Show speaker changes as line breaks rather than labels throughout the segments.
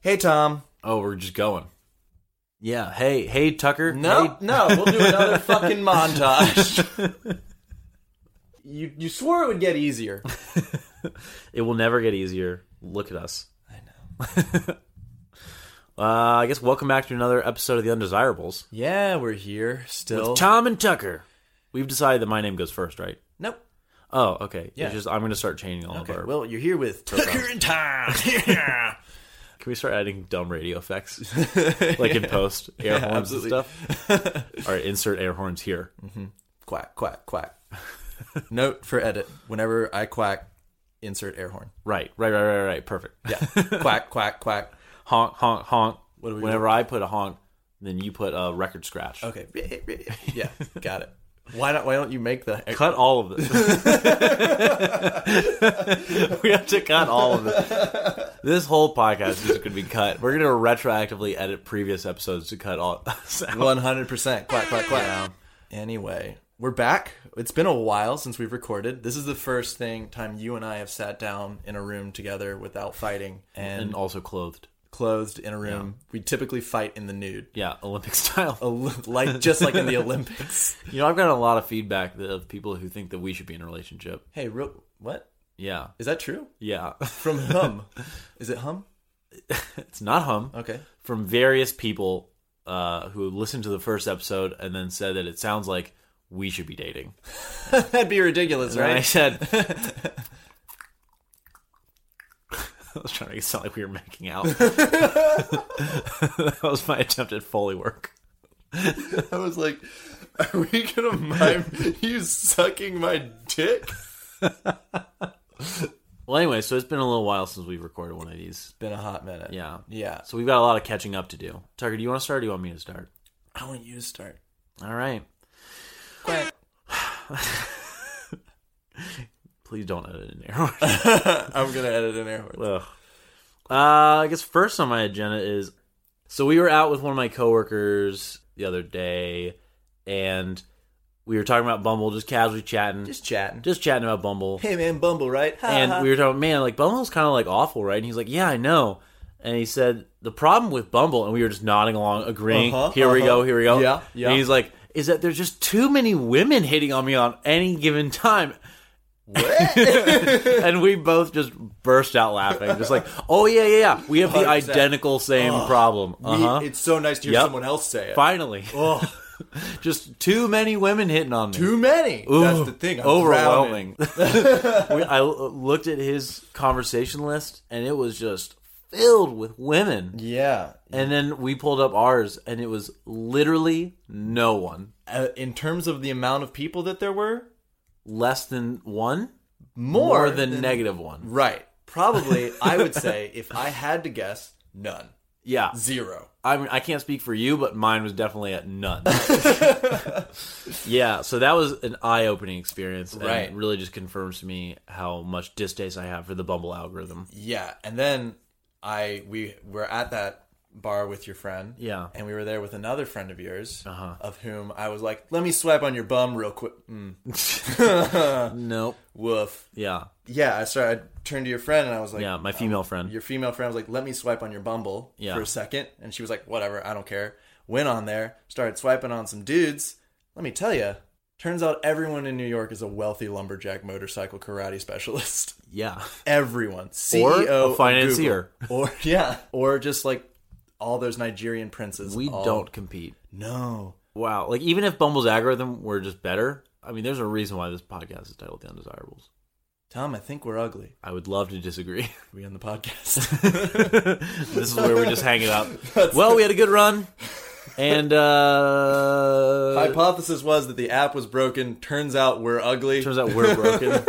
Hey, Tom.
Oh, we're just going. Yeah. Hey, hey, Tucker.
No,
Hey-
no, we'll do another fucking montage. you you swore it would get easier.
It will never get easier. Look at us. I know. uh, I guess welcome back to another episode of The Undesirables.
Yeah, we're here still.
Tom and Tucker. We've decided that my name goes first, right?
nope.
Oh, okay.
Yeah.
It's just I'm going to start changing all
Okay.
of our.
Well, you're here with Tucker and Tom. yeah.
Can we start adding dumb radio effects, like in post air horns
absolutely.
and stuff? all right, insert air horns here.
Quack quack quack. Note for edit: Whenever I quack, insert air horn.
Right, right, right, right, right. Perfect.
Yeah. quack quack quack.
honk, honk, honk.
do we
Whenever I put a honk, then you put a record scratch.
Okay. Yeah. Got it. Why not? Why don't you make the
Cut all of this. we have to cut all of this. This whole podcast is going to be cut. We're going to retroactively edit previous episodes to cut all. sound.
One hundred percent. Quack quack quack. Anyway, we're back. It's been a while since we've recorded. This is the first thing time you and I have sat down in a room together without fighting and,
and also clothed.
clothed in a room. We typically fight in the nude,
Yeah, Olympic style.
Oli- like just like in the Olympics.
You know, I've gotten a lot of feedback that- of people who think that we should be in a relationship.
Hey, real what
Yeah,
is that true?
yeah.
From hum? Is it hum?
It's not hum.
Okay.
From various people uh, who listened to the first episode and then said that it sounds like we should be dating.
That'd be ridiculous,
And I
right?
said, I was trying to make it sound like we were making out. that was my attempt at Foley work.
I was like, are we gonna mime you sucking my dick?
Well, anyway, so it's been a little while since we've recorded one of these.
Been a hot minute.
Yeah.
Yeah.
So we've got a lot of catching up to do. Tucker, do you want to start or do you want me to start?
I want you to start.
All right.
Quack.
Please don't edit in there.
I'm gonna edit an air horn.
Ugh. Uh, I guess first on my agenda is so we were out with one of my coworkers the other day, and we were talking about Bumble, just casually chatting, just,
Just chatting.
chatting about Bumble.
hey man, Bumble, right? Ha, ha.
And we were talking, man, like Bumble's kind of like awful, right? And he's like, yeah, I know. And he said the problem with Bumble, and we were just nodding along, agreeing.
Uh-huh,
here we
uh-huh.
go, here we go.
Yeah, yeah.
And he's like, is that there's just too many women hitting on me on any given time. and we both just burst out laughing, just like, "Oh yeah, yeah, yeah. we have the
100%.
identical same problem." Uh huh.
We- it's so nice to hear
Yep.
someone else say it.
Finally,
Ugh,
just too many women hitting on me.
too many. That's the thing. I'm drowning.
overwhelming. We- I l- looked at his conversation list, and it was just filled with women.
Yeah.
And then we pulled up ours, and it was literally no one,
Uh, in terms of the amount of people that there were,
less than one,
more,
or the negative one.
right. Probably, I would say, if I had to guess, none,
Yeah,
zero.
I mean, I can't speak for you, but mine was definitely at none. yeah, so that was an eye-opening experience, and
Right.
it really just confirms to me how much distaste I have for the Bumble algorithm.
Yeah. And then I we were at that bar with your friend.
Yeah.
And we were there with another friend of yours, uh-huh. of whom I was like, "Let me swipe on your bum real quick." Mm.
Nope.
Woof.
Yeah,
Yeah. I started. I turned to your friend and I was like,
yeah. My female friend.
your female friend was like, "Let me swipe on your Bumble
Yeah.
for a second. and she was like, "Whatever, I don't care." Went on there, started swiping on some dudes. Let me tell you, turns out everyone in New York is a wealthy lumberjack motorcycle karate specialist.
Yeah,
Everyone,
Or a
CEO, of
financier.
Google. or yeah, or just like all those Nigerian princes.
we
all-
don't compete.
No,
Wow. Like even if Bumble's algorithm were just better, I mean, there's a reason why this podcast is titled "The Undesirables."
Tom, I think we're ugly.
I would love to disagree.
We on the podcast.
this is where we just hang it up. Well, we had a good run, and uh,
Hypothesis was that the app was broken. Turns out we're ugly.
Turns out we're broken.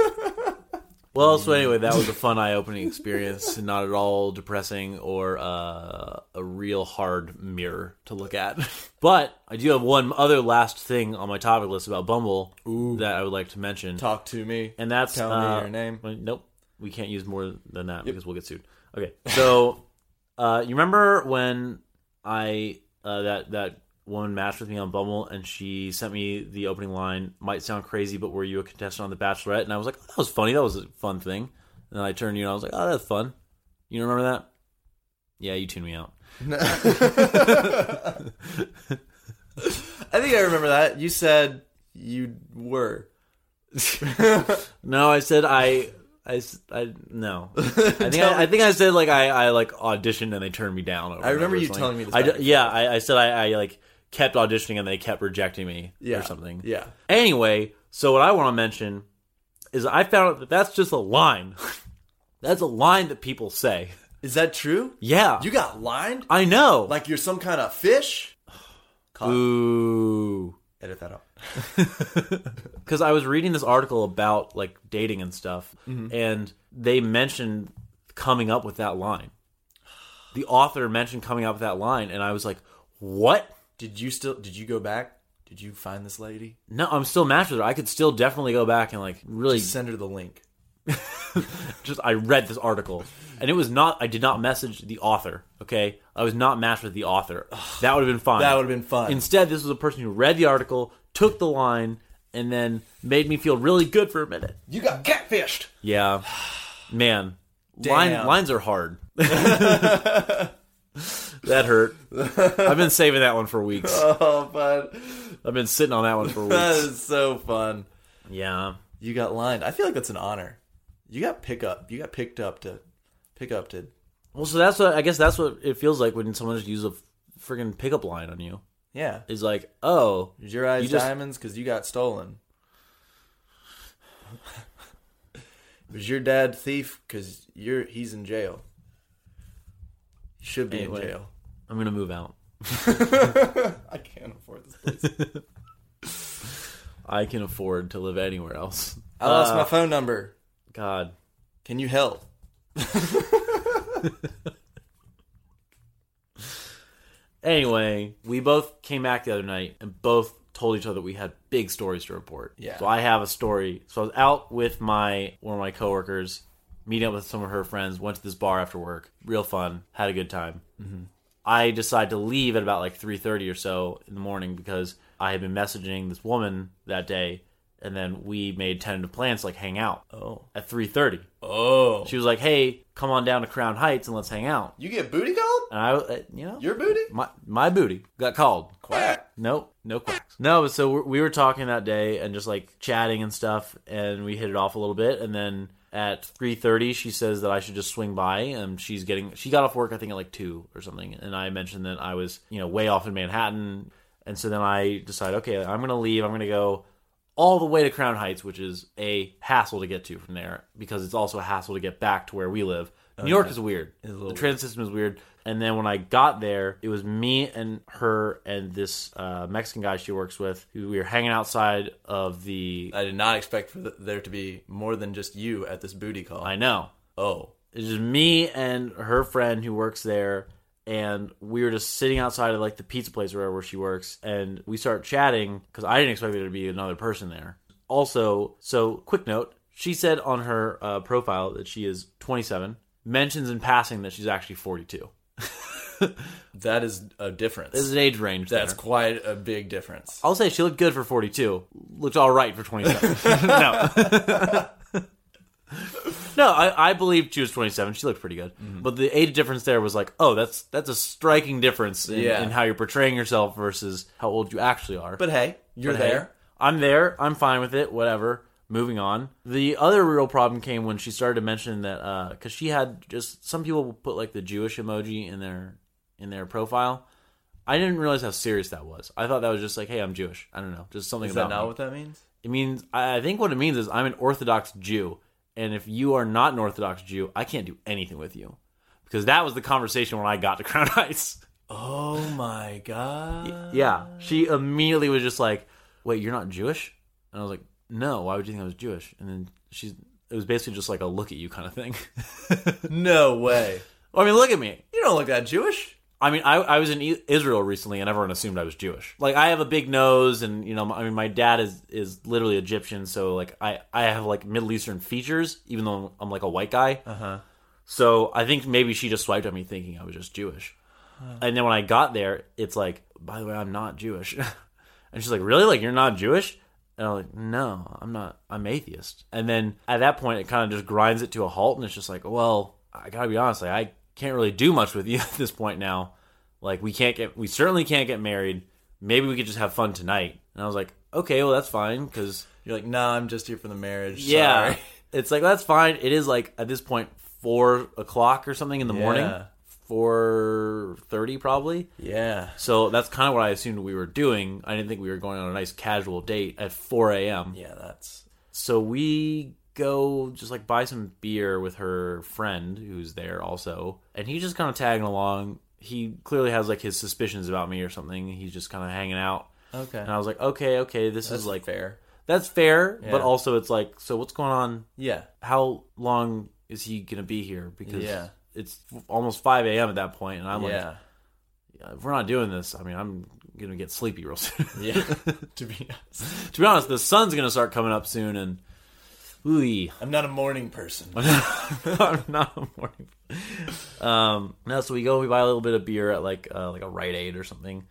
well, so anyway, that was a fun, eye-opening experience, and not at all depressing or uh, a real hard mirror to look at. But I do have one other last thing on my topic list about Bumble that I would like to mention,
Talk to me.
and that's
Tell me
uh,
your name.
well, Nope, we can't use more than that because we'll get sued. Okay, so uh, you remember when I uh, that that woman matched with me on Bumble and she sent me the opening line might sound crazy but were you a contestant on The Bachelorette and I was like oh, that was funny that was a fun thing and I turned to you and I was like oh that's fun you remember that Yeah, you tune me out.
I think I remember that. You said you were.
No, I said I. I, s- I- no. I think I, I think I said like I, I like auditioned and they turned me down. Over
I
and
remember
over or
you
something.
telling me this
I d-
back and
yeah, I, I said I, I like kept auditioning and they kept rejecting me
Yeah.
or something.
Yeah.
Anyway, so what I want to mention is I found out that that's just a line. that's a line that people say.
Is that true?
Yeah,
You got lined?
I know.
Like you're some kind of fish? Caught.
Ooh.
Edit that out.
because I was reading this article about like dating and stuff,
Mm-hmm.
and they mentioned coming up with that line. The author mentioned coming up with that line, and I was like, "What?
Did you still? Did you go back? Did you find this lady?
No, I'm still matched with her. I could still definitely go back and like really just,
Send her the link.
I read this article, and it was not. I did not message the author. Okay, I was not matched with the author. That would have been fine.
That would have been fun.
Instead, this was a person who read the article, took the line, and then made me feel really good for a minute.
you got catfished.
Yeah, man, line,
Damn.
lines are hard. that hurt. I've been saving that one for weeks.
Oh, bud,
I've been sitting on that one for
that
weeks.
is so fun.
Yeah,
You got lined. I feel like that's an honor. You got pick up. You got picked up to pick up to.
well, so that's what I guess that's what it feels like when someone just uses a freaking pickup line on you.
Yeah.
Is like, oh,
Is your eyes
You just-
diamonds? Because you got stolen. Was your dad thief? Because you're he's in jail. You should be
Anyway.
in jail.
I'm gonna move out.
I can't afford this place.
I can afford to live anywhere else.
I lost my phone number.
God,
Can you help?
Anyway, we both came back the other night and both told each other we had big stories to report.
Yeah.
So I have a story. So I was out with my one of my coworkers, meeting up with some of her friends. Went to this bar after work. Real fun. Had a good time. Mm-hmm. I decided to leave at about like three thirty or so in the morning because I had been messaging this woman that day, and then we made tentative plans to like hang out
Oh.
at three thirty.
Oh.
She was like, "Hey, come on down to Crown Heights and let's hang out."
You get booty called?
And I, uh, you know,
Your booty?
my my booty got called.
Quack.
Nope, no quacks. No, but so we we were talking that day and just like chatting and stuff, and we hit it off a little bit. And then at three thirty, she says that I should just swing by. And she's getting she got off work I think at like two or something, and I mentioned that I was you know way off in Manhattan, and so then I decide okay I'm gonna leave. I'm gonna go all the way to Crown Heights, which is a hassle to get to from there because it's also a hassle to get back to where we live. New York is weird. the train system is weird. And then when I got there, it was me and her and this uh, Mexican guy she works with who we were hanging outside of the.
I did not expect for th there to be more than just you at this booty call.
I know.
oh.
It's just me and her friend who works there, and we were just sitting outside of like the pizza place where where she works, and we start chatting because I didn't expect there to be another person there. Also, so quick note: she said on her uh, profile that she is 27. Mentions in passing that she's actually 42.
That is a difference.
This is an age range.
That's
there.
quite a big difference.
I'll say she looked good for 42. Looked all right for 27. no. no, I, I believed she was 27. She looked pretty good. But the age difference there was like, oh, that's that's a striking difference in,
Yeah.
in how you're portraying yourself versus how old you actually are.
But hey, you're
But hey,
there.
I'm there. I'm fine with it. Whatever. Moving on. The other real problem came when she started to mention that because she had just some people will put like the Jewish emoji in their in their profile. I didn't realize how serious that was. I thought that was just like, hey, I'm Jewish. I don't know, just something
Is
about
that not
me.
what that means?
it means. I I think what it means is I'm an Orthodox Jew, and if you are not an Orthodox Jew, I can't do anything with you because that was the conversation when I got to Crown Heights.
Oh my god.
Yeah. She immediately was just like, Wait, you're not Jewish? And I was like, No, why would you think I was Jewish? And then she's it was basically just like a look at you kind of thing.
No way.
I mean, look at me.
You don't look that Jewish.
I mean, I, I was in I- Israel recently, and everyone assumed I was Jewish. Like, I have a big nose, and you know, I mean, my dad is is literally Egyptian, so like, I I have like Middle Eastern features, even though I'm, I'm like a white guy.
Uh-huh.
So I think maybe she just swiped at me thinking I was just Jewish. And then when I got there, it's like, by the way, I'm not Jewish. and she's like, really? Like you're not Jewish? And I'm like, no, I'm not. I'm atheist. And then at that point, it kind of just grinds it to a halt, and it's just like, well, I gotta be honest, like I can't really do much with you at this point now. Like we can't get, we certainly can't get married. Maybe we could just have fun tonight." And I was like, "Okay, well that's fine because
You're like, nah, I'm just here for the marriage.
yeah,
sorry."
it's like that's fine." It is like at this point four o'clock or something in the morning,
Yeah.
four thirty probably.
Yeah.
So that's kind of what I assumed we were doing. I didn't think we were going on a nice casual date at 4 a.m.
Yeah, that's
So we go just like buy some beer with her friend who's there also. And he's just kind of tagging along. He clearly has like his suspicions about me or something. He's just kind of hanging out.
okay.
And I was like, okay, okay, this
that's
is like,
fair.
that's fair.
Yeah.
But also it's like, so what's going on?
Yeah.
How long is he going to be here? Because
Yeah.
it's almost 5 a.m. at that point, And I'm like,
yeah.
if we're not doing this, I mean, I'm going to get sleepy real soon.
yeah. to be honest,
to be honest, the sun's gonna start coming up soon, and ooh,
I'm not a morning person.
I'm not a morning. Um, no, so we go, we buy a little bit of beer at like uh, like a Rite Aid or something.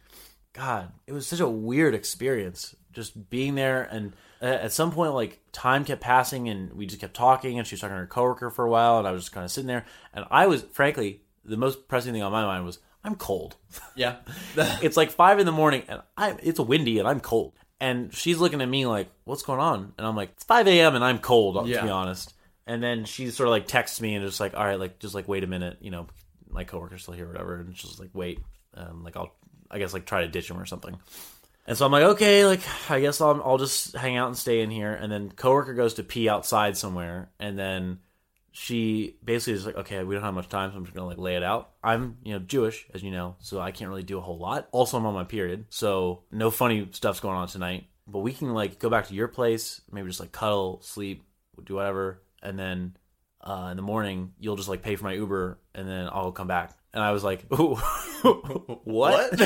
God, it was such a weird experience just being there, and uh, at some point, like time kept passing, and we just kept talking, and she was talking to her coworker for a while, and I was just kind of sitting there, and I was frankly the most pressing thing on my mind was I'm cold.
yeah.
it's like five in the morning and I'm it's windy and I'm cold. And she's looking at me like, What's going on? And I'm like, It's five AM and I'm cold,
Yeah.
to be honest. And then she sort of like texts me and just like, All right, like just like wait a minute, you know, my coworker's still here, or whatever, and she's like, Wait. Um, like I'll I guess like try to ditch him or something. And so I'm like, okay, like I guess I'll, I'll just hang out and stay in here. And then coworker goes to pee outside somewhere, and then she basically is like, okay, we don't have much time, so I'm just gonna like lay it out. I'm you know Jewish, as you know, so I can't really do a whole lot. Also, I'm on my period, so no funny stuff's going on tonight. But we can like go back to your place, maybe just like cuddle, sleep, do whatever, and then uh, in the morning you'll just like pay for my Uber, and then I'll come back. And I was like, ooh, what?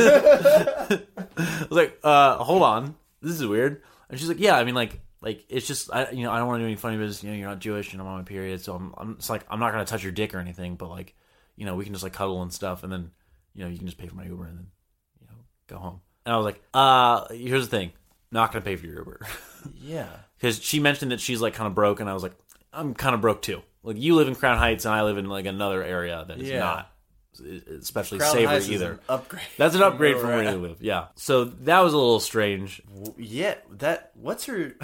I was like, uh, hold on, this is weird. And she's like, yeah, I mean, like, like it's just, I, you know, I don't want to do any funny business. You know, you're not Jewish, and I'm on my period, so I'm, I'm it's like, I'm not gonna touch your dick or anything, but like, you know, we can just like cuddle and stuff, and then, you know, you can just pay for my Uber and then, you know, go home. And I was like, uh, here's the thing, not gonna pay for your Uber
Yeah.
because she mentioned that she's like kind of broke, and I was like, I'm kind of broke too. Like, you live in Crown Heights, and I live in like another area that is
Yeah.
not e, especially
Crown
savory
Heights is
either.
an upgrade.
That's an upgrade
where
from
we're
where
at.
you live. Yeah. So that was a little strange.
W- Yeah. That. What's her?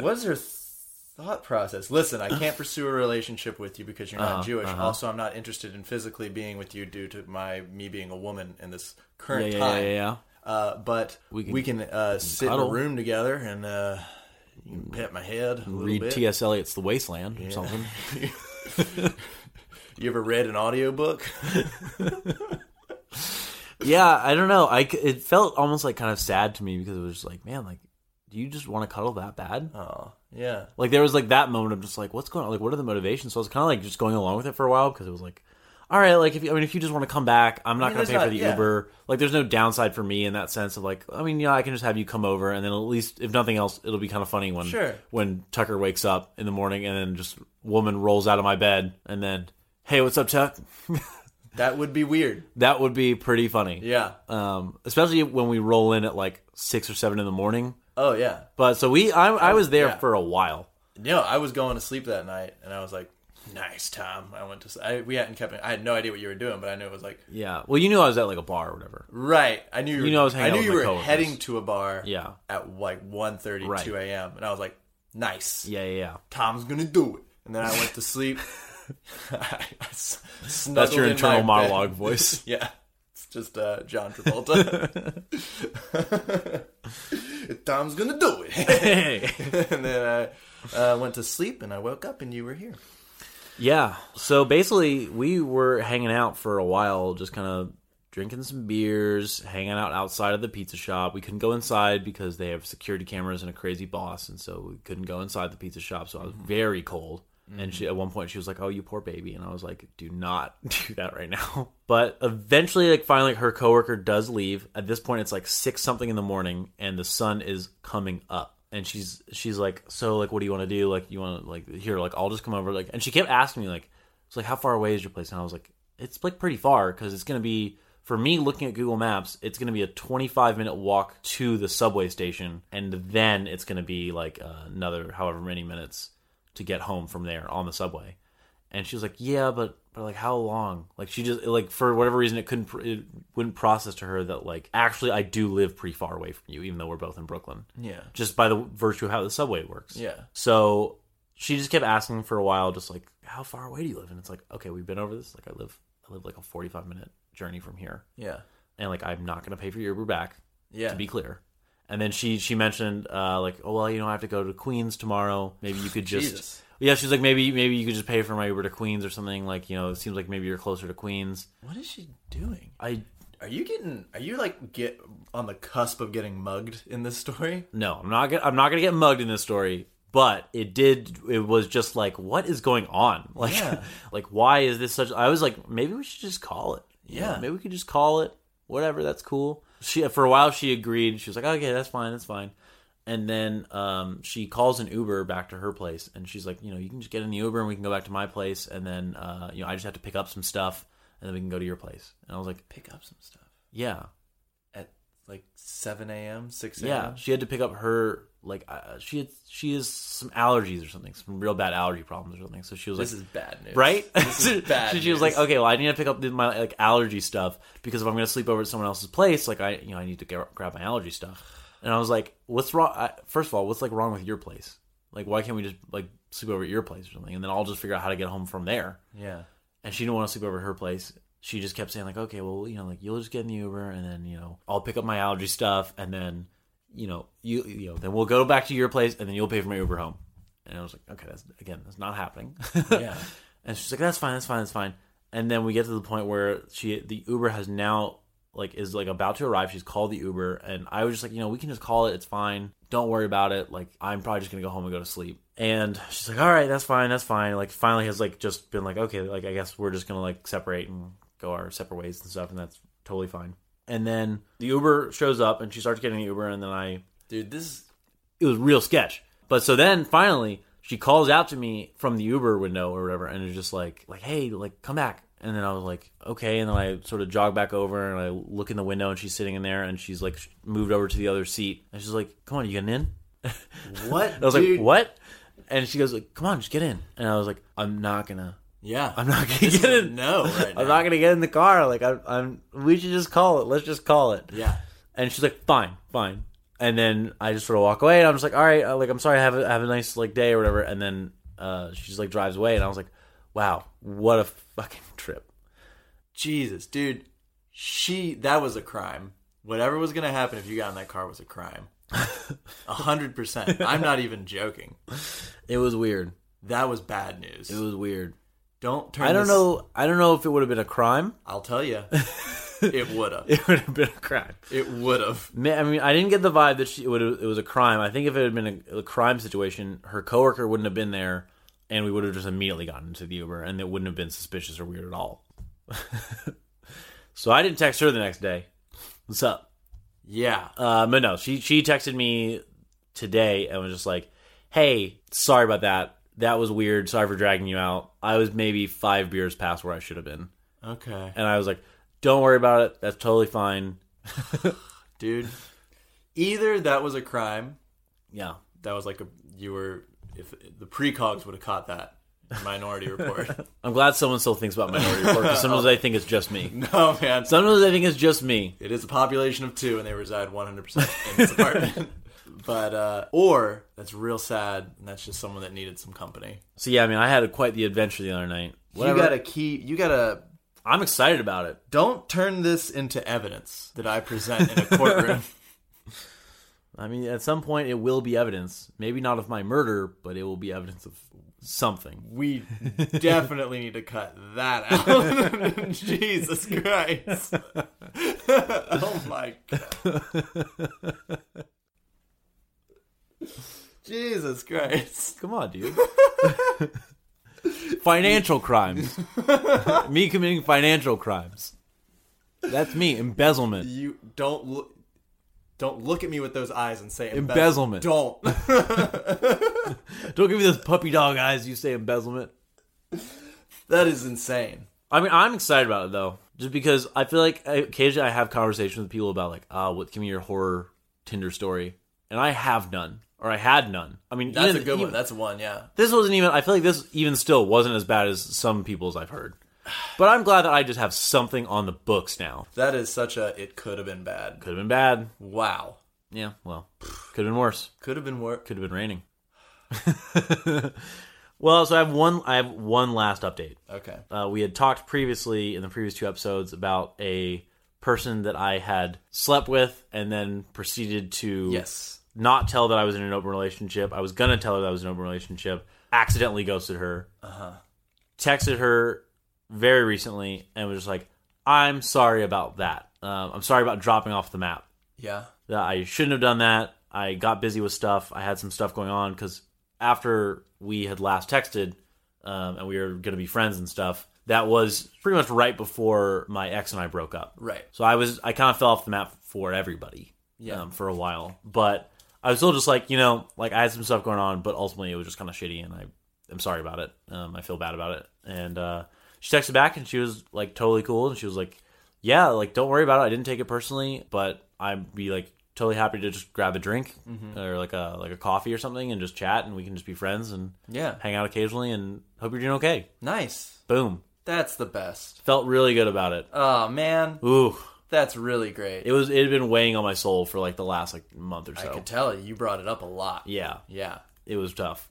what's her? Thought process. Listen, I can't pursue a relationship with you because you're not
Uh-huh,
Jewish. Also, I'm not interested in physically being with you due to my me being a woman in this
Yeah,
current
yeah, yeah,
time.
yeah, yeah.
Uh, but we
can-
can, uh, sit
cuddle.
in a room together and uh, you can pet my head a little
Read
bit.
T.S. Eliot's The Wasteland or something.
you ever read an audiobook?
yeah, I don't know. I c- it felt almost like kind of sad to me because it was just like, man, like, do you just want to cuddle that bad?
oh, yeah.
Like there was like that moment of just like, what's going on? Like, what are the motivations? So I was kind of like just going along with it for a while because it was like, all right, like if you, I mean, if you just want to come back, I'm not
mean,
going
there's
to pay for
not-
the
yeah.
Uber. Like, there's no downside for me in that sense of like, I mean, yeah, I can just have you come over, and then at least if nothing else, it'll be kind of funny when
Sure.
when Tucker wakes up in the morning and then just woman rolls out of my bed and then, hey, what's up, Tuck?
That would be weird.
That would be pretty funny.
Yeah.
Um, especially when we roll in at like six or seven in the morning.
Oh, yeah.
But so we, I, I was there
yeah.
for a while.
No, I was going to sleep that night, and I was like, "Nice, Tom." I went to. s- I, we hadn't kept. I had no idea what you were doing, but I knew it was like
Yeah. Well, you knew I was at like a bar or whatever.
right. I knew you. Were,
know I was hanging
knew
out with
you
my
were
coworkers.
heading to a bar.
Yeah.
At like 1.30,
Right.
2 a.m., and I was like, "Nice,
Yeah, yeah, yeah.
Tom's gonna do it." And then I went to sleep. I s-
That's
snuggled
your
in my
internal
bed.
monologue voice.
Yeah. It's just uh, John Travolta. Tom's gonna do it.
Hey.
and then I uh, went to sleep and I woke up and you were here.
yeah. So basically, we were hanging out for a while, just kind of drinking some beers, hanging out outside of the pizza shop. We couldn't go inside because they have security cameras and a crazy boss, and so we couldn't go inside the pizza shop. So I was very cold. And she, at one point, she was like, "Oh, you poor baby," and I was like, "Do not do that right now." But eventually, like finally, her coworker does leave. At this point, it's like six something in the morning, and the sun is coming up. and she's she's like, so like, what do you want to do? Like, you want to like here? Like, I'll just come over. Like, and she kept asking me like, it's like, how far away is your place? And I was like, it's like pretty far because it's gonna be for me looking at Google Maps, it's gonna be a 25 minute walk to the subway station, and then it's gonna be like another however many minutes to get home from there on the subway. And she was like, "Yeah, but but like how long?" Like she just like for whatever reason it couldn't pr- it wouldn't process to her that like actually I do live pretty far away from you, even though we're both in Brooklyn,
Yeah.
just by the virtue of how the subway works.
Yeah.
So she just kept asking for a while, just like, "How far away do you live?" And it's like, "Okay, we've been over this. Like I live I live like a forty five minute journey from here,
Yeah.
and like I'm not gonna pay for your Uber back
Yeah.
to be clear." And then she she mentioned uh, like, "Oh well, you know I have to go to Queens tomorrow. Maybe you could just."
Jesus.
Yeah, she's like maybe maybe you could just pay for my Uber to Queens or something. Like you know, it seems like maybe you're closer to Queens.
What is she doing?
I
Are you getting? Are you like get on the cusp of getting mugged in this story?
no, I'm not gonna, I'm not gonna get mugged in this story. But it did. It was just like, what is going on? Like,
Yeah.
like why is this such? I was like, maybe we should just call it. You
Yeah.
know, maybe we could just call it. Whatever, that's cool. She for a while she agreed. She was like, okay, that's fine, that's fine. And then um, she calls an Uber back to her place, and she's like, you know, you can just get in the Uber, and we can go back to my place, and then uh, you know, I just have to pick up some stuff, and then we can go to your place. And I was like,
Pick up some stuff
yeah,
at like seven a.m., six a.m.
Yeah, she had to pick up her like uh, she had she has some allergies or something, some real bad allergy problems or something. So she was
This
like,
is bad news,
right?
This is bad.
so she was like,
news.
okay, well, I need to pick up my like allergy stuff because if I'm gonna sleep over at someone else's place, like I you know I need to get, grab my allergy stuff. And I was like, what's wrong? I, first of all, what's like wrong with your place? Like, why can't we just like sleep over at your place or something? And then I'll just figure out how to get home from there
yeah,
and she didn't want to sleep over at her place. She just kept saying like, okay, well, you know, like you'll just get in the Uber, and then you know, I'll pick up my allergy stuff, and then you know, you you know, then we'll go back to your place, and then you'll pay for my Uber home. And I was like, okay, that's again, that's not happening.
yeah,
And she's like, that's fine, that's fine, that's fine. And then we get to the point where she the Uber has now like is like about to arrive. She's called the Uber, and I was just like, you know, we can just call it. It's fine. Don't worry about it. Like I'm probably just gonna go home and go to sleep. And she's like, all right, that's fine, that's fine. Like finally has like just been like, okay, like I guess we're just gonna like separate and go our separate ways and stuff, and that's totally fine. And then the Uber shows up, and she starts getting the Uber, and then I
dude, this is
it was real sketch. But so then finally she calls out to me from the Uber window or whatever and is just like like hey like come back and then I was like okay and then I sort of jog back over and I look in the window and she's sitting in there and she's like sh- moved over to the other seat and she's like come on you getting in
what
I was
dude?
like what and she goes like come on just get in and I was like I'm not gonna
Yeah,
I'm not gonna get in
no right now.
I'm not gonna get in the car like I'm, I'm we should just call it let's just call it
yeah,
and she's like, "Fine, fine." And then I just sort of walk away, and I'm just like, "All right, uh, like I'm sorry, have a, have a nice like day or whatever." And then uh, she just like drives away, and I was like, "Wow, what a fucking trip!"
Jesus, dude, she that was a crime. Whatever was gonna happen if you got in that car was a crime. A hundred percent. I'm not even joking.
It was weird.
That was bad news.
It was weird.
Don't turn.
I don't
this-
know. I don't know if it would have been a crime.
I'll tell you, it woulda.
It would have been a crime.
It would've.
Ma- I mean, I didn't get the vibe that she it, would it was a crime. I think if it had been a, a crime situation, her coworker wouldn't have been there, and we would have just immediately gotten into the Uber, and it wouldn't have been suspicious or weird at all. so I didn't text her the next day. What's up?
Yeah.
Uh, but no, she she texted me today and was just like, "Hey, sorry about that. That was weird. Sorry for dragging you out. I was maybe five beers past where I should have been."
Okay,
And I was like, "Don't worry about it. That's totally fine."
dude. Either that was a crime.
Yeah.
That was like a you were if the precogs would have caught that. Minority Report.
I'm glad someone still thinks about Minority Report because sometimes I think it's just me.
no man.
Sometimes I think it's just me.
It is a population of two, and they reside 100% in this apartment. but, uh, or that's real sad, and that's just someone that needed some company.
So yeah, I mean, I had quite the adventure the other night. Whatever.
You gotta keep, you gotta,
I'm excited about it.
don't turn this into evidence that I present in a courtroom.
I mean, at some point, it will be evidence. Maybe not of my murder, but it will be evidence of something.
we definitely need to cut that out. Jesus Christ. oh my God. Jesus Christ.
Come on, dude. financial crimes. me committing financial crimes. That's me. Embezzlement.
You don't look. Don't look at me with those eyes and say
Embezzlement.
Don't.
Don't give me those puppy dog eyes. You say embezzlement.
that is insane.
I mean, I'm excited about it though, just because I feel like I, occasionally I have conversations with people about like, ah, what give me your horror Tinder story, and I have none. or I had none. I mean,
That's
even-
a good one.
even-
That's one. Yeah.
this wasn't even. I feel like this even still wasn't as bad as some people's I've heard. But I'm glad that I just have something on the books now.
That is such a. It could have been bad.
Could have been bad.
Wow.
Yeah, well, could have been worse.
Could have been worse.
Could have been raining. well, so I have one. I have one last update.
Okay.
Uh, we had talked previously in the previous two episodes about a person that I had slept with and then proceeded to
Yes.
not tell that I was in an open relationship. I was gonna tell her that I was in an open relationship. Accidentally ghosted her. Uh huh. Texted her very recently and was just like, "I'm sorry about that. Um, I'm sorry about dropping off the map.
Yeah.
That I shouldn't have done that. I got busy with stuff. I had some stuff going on because after we had last texted um, and we were gonna be friends and stuff, that was pretty much right before my ex and I broke up.
Right.
So I was I kind of fell off the map for everybody
Yeah.
um, for a while, but I was still just like you know like I had some stuff going on, but ultimately it was just kind of shitty, and I I'm sorry about it. Um, I feel bad about it. And uh, she texted back, and she was like totally cool, and she was like, yeah, like don't worry about it. I didn't take it personally, but I'd be like totally happy to just grab a drink or like a like a coffee or something and just chat, and we can just be friends and
Yeah.
hang out occasionally, and hope you're doing okay.
Nice.
Boom,
That's the best.
felt really good about it.
Oh man,
Ooh.
that's really great.
It was it had been weighing on my soul for like the last like month or
I
so.
could tell you brought it up a lot.
yeah,
Yeah.
it was tough.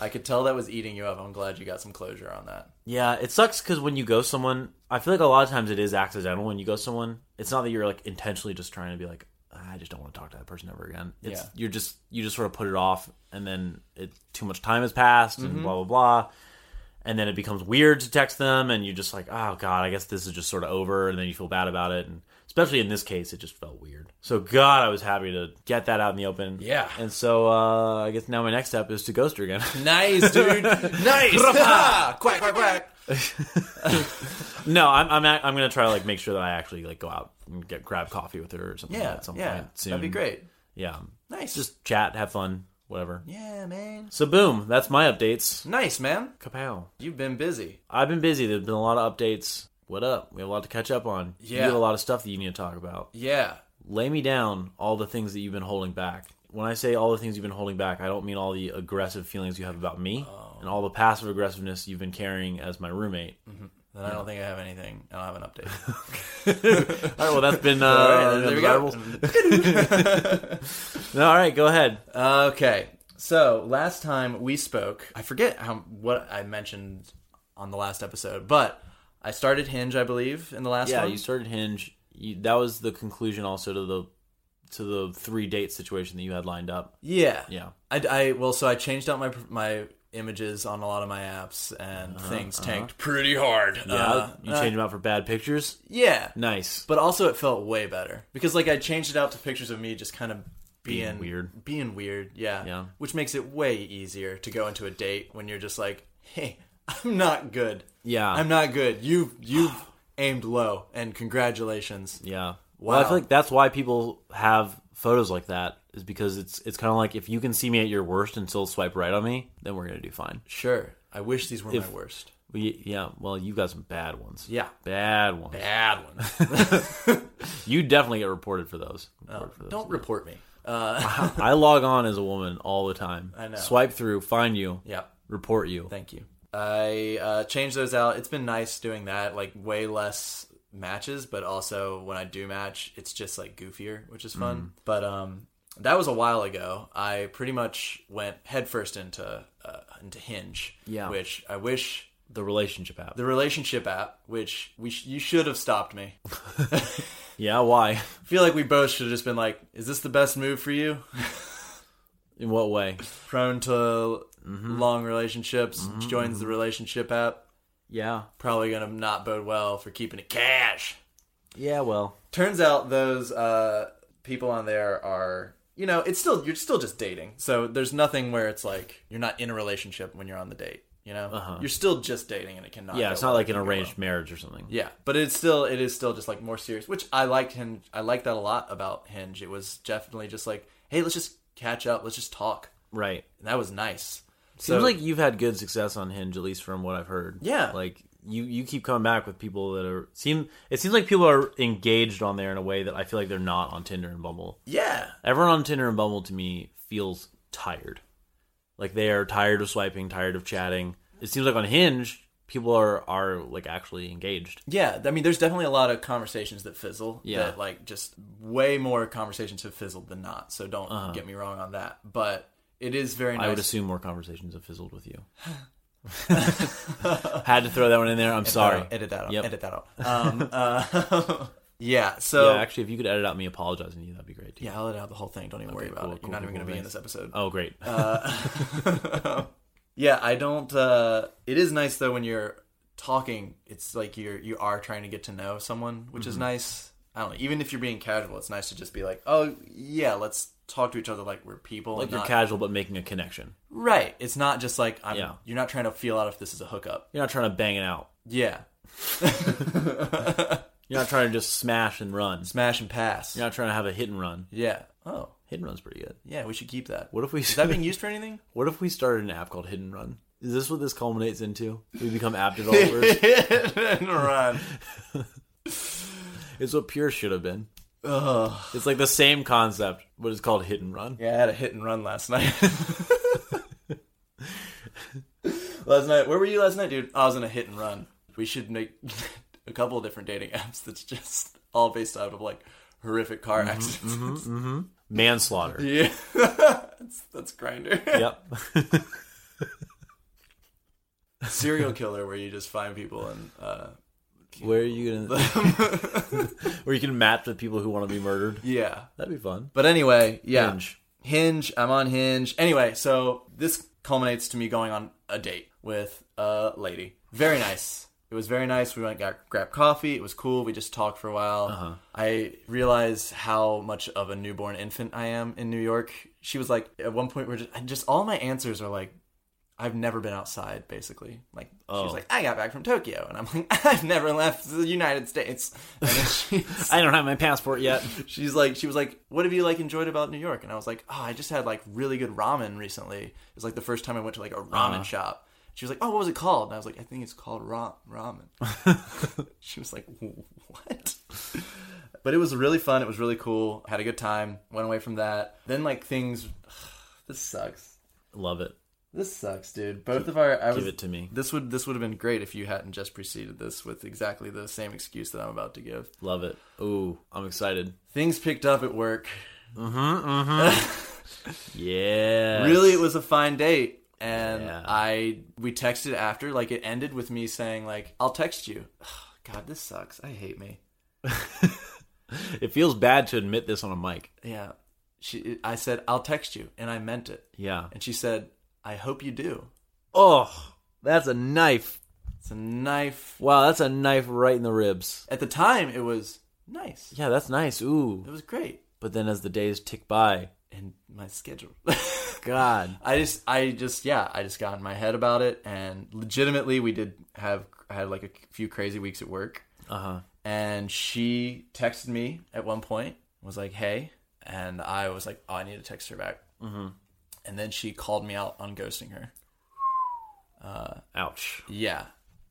I could tell that was eating you up. I'm glad you got some closure on that.
yeah, it sucks because when you go someone, I feel like a lot of times it is accidental when you go someone. It's not that you're like intentionally just trying to be like, "Ah, I just don't want to talk to that person ever again. It's
Yeah.
you're just you just sort of put it off, and then it too much time has passed,
Mm-hmm.
and blah blah blah. And then it becomes weird to text them, and you're just like, oh god, I guess this is just sort of over, and then you feel bad about it, and especially in this case, it just felt weird. So God, I was happy to get that out in the open.
Yeah.
And so uh, I guess now my next step is to ghost her again.
Nice, dude. nice. quack quack quack.
No, I'm I'm act- I'm gonna try to like make sure that I actually like go out and get grab coffee with her or something
Yeah.
at some
yeah.
point soon.
That'd be great.
Yeah,
Nice.
just chat, have fun, whatever.
yeah, man.
So boom, that's my updates.
Nice, man.
Kapow!
You've been busy.
I've been busy. There's been a lot of updates. What up? We have a lot to catch up on. you
Yeah.
have a lot of stuff that you need to talk about.
Yeah.
Lay me down all the things that you've been holding back. When I say all the things you've been holding back, I don't mean all the aggressive feelings you have about me
Oh.
and all the passive aggressiveness you've been carrying as my roommate.
Then I don't think I have anything. I don't have an update.
All right, well, that's been uh,
All right, there we go.
Unraveled. No, all right, go ahead.
Okay. So last time we spoke, I forget how what I mentioned on the last episode, but I started Hinge, I believe, in the last
yeah,
one.
you started Hinge. You, that was the conclusion also to the to the three date situation that you had lined up.
yeah.
Yeah.
I, I well, so I changed out my my images on a lot of my apps, and things tanked pretty hard.
Uh-huh, Yeah,
Uh,
you changed them out for bad pictures.
yeah.
Nice.
But also, it felt way better because like I changed it out to pictures of me just kind of being,
weird.
being weird. Yeah,
Yeah.
Which makes it way easier to go into a date when you're just like, hey, I'm not good.
Yeah.
I'm not good. You you've aimed low, and congratulations.
Yeah. Well, I
Wow.
feel like that's why people have photos like that is because it's it's kind of like if you can see me at your worst and still swipe right on me, then we're gonna do fine.
Sure, I wish these were my worst.
We, yeah. Well, you got some bad ones.
Yeah.
Bad ones.
Bad ones.
You definitely get reported for those.
Oh,
Reported for those.
Don't report me. Uh,
I log on as a woman all the time. I
know.
Swipe through, find you,
yeah.
report you.
Thank you. I uh, changed those out. It's been nice doing that. Like way less matches, but also when I do match, it's just like goofier, which is fun. But um, that was a while ago. I pretty much went headfirst into uh, into Hinge.
Yeah.
Which I wish
the relationship app.
the relationship app, which we sh- you should have stopped me.
Yeah, why?
I feel like we both should have just been like, "Is this the best move for you?"
In what way?
Prone to long relationships, joins the relationship app.
Yeah.
Probably gonna not bode well for keeping it cash.
Yeah, well.
turns out those uh, people on there are you know it's still you're still just dating so there's nothing where it's like you're not in a relationship when you're on the date you know you're still just dating and it cannot
Uh-huh. Yeah,
go
it's not
well.
like an
It can go
arranged
well.
marriage or something.
yeah but it's still it is still just like more serious which i liked hinge i like that a lot about hinge it was definitely just like hey let's just catch up let's just talk
Right.
and that was nice
Seems like you've had good success on Hinge, at least from what I've heard.
Yeah.
Like you you keep coming back with people that are seem it seems like people are engaged on there in a way that I feel like they're not on Tinder and Bumble.
Yeah.
Everyone on Tinder and Bumble to me feels tired. Like they are tired of swiping, tired of chatting. It seems like on Hinge, people are are like actually engaged.
Yeah, I mean, there's definitely a lot of conversations that fizzle.
Yeah.
that like just way more conversations have fizzled than not. So don't get me wrong on that. But it is very nice.
Uh-huh. I would assume more conversations have fizzled with you. Had to throw that one in there. I'm sorry.
edit that out.
Yep.
Edit that out. Um, uh, yeah. So
Yeah,
yeah,
actually, if you could edit out me apologizing to you, that'd be great. Too.
I'll edit out the whole thing. Don't even worry about
cool,
it. You're
cool,
not
cool,
even going to
cool,
be in
thanks.
this episode.
Oh, great.
Yeah, I don't. Uh, it is nice though when you're talking. It's like you're you are trying to get to know someone, which
Mm-hmm.
is nice. I don't know. Even if you're being casual, it's nice to just be like, oh yeah, let's talk to each other like we're people.
like you're
not-
casual, but making a connection.
right. It's not just like I'm,
Yeah.
you're not trying to feel out if this is a hookup.
You're not trying to bang it out.
Yeah,
You're not trying to just smash and run.
smash and pass.
You're not trying to have a hit and run.
Yeah. Oh
Hit and run's pretty good.
yeah, we should keep that.
What if we
Is that being used for anything?
What if we started an app called Hit and Run? Is this what this culminates into? We become app developers.
and run.
it's what Pure should have been.
Ugh.
It's like the same concept, but it's called Hit and Run.
Yeah, I had a hit and run last night. last night, where were you last night, dude? I was in a hit and run. We should make a couple of different dating apps that's just all based out of like horrific car accidents.
Manslaughter.
Yeah, that's, that's grinder.
Yep.
Serial killer, where you just find people and uh,
Where are you gonna? Where you can match with people who want to be murdered?
yeah.
That'd be fun.
But anyway, yeah.
Hinge.
Hinge, I'm on Hinge. Anyway, so this culminates to me going on a date with a lady. Very nice. It was very nice. We went and got grabbed coffee. It was cool. We just talked for a while. I realized how much of a newborn infant I am in New York. She was like, at one point, we're just, and just all my answers are like, I've never been outside, basically. Like, she was like, I got back from Tokyo. And I'm like, I've never left the United States. And then she's,
I don't have my passport yet.
she's like she was like what have you like enjoyed about new york and i was like oh i just had like really good ramen recently it was like the first time i went to like a ramen shop she was like oh what was it called and i was like i think it's called ra- ramen she was like what but it was really fun it was really cool had a good time went away from that then like things this sucks
Love it.
this sucks dude both of our I
Give
was,
it to me.
this would this would have been great if you hadn't just preceded this with exactly the same excuse that i'm about to give
Love it. Ooh, I'm excited.
things picked up at work
Yeah.
really it was a fine date and
Yeah.
i we texted after like it ended with me saying like i'll text you god this sucks i hate me
It feels bad to admit this on a mic.
yeah she i said i'll text you and i meant it
Yeah.
and she said i hope you do
Oh, that's a knife.
it's a knife
Wow, that's a knife right in the ribs.
at the time it was nice
Yeah, that's nice. Ooh.
it was great
But then as the days tick by,
and my schedule
God.
I just, I just, yeah, I just got in my head about it, and legitimately, we did have I had like a few crazy weeks at work.
Uh huh.
and she texted me at one point was like hey and i was like oh, i need to text her back mm-hmm. and then she called me out on ghosting her
Ouch.
yeah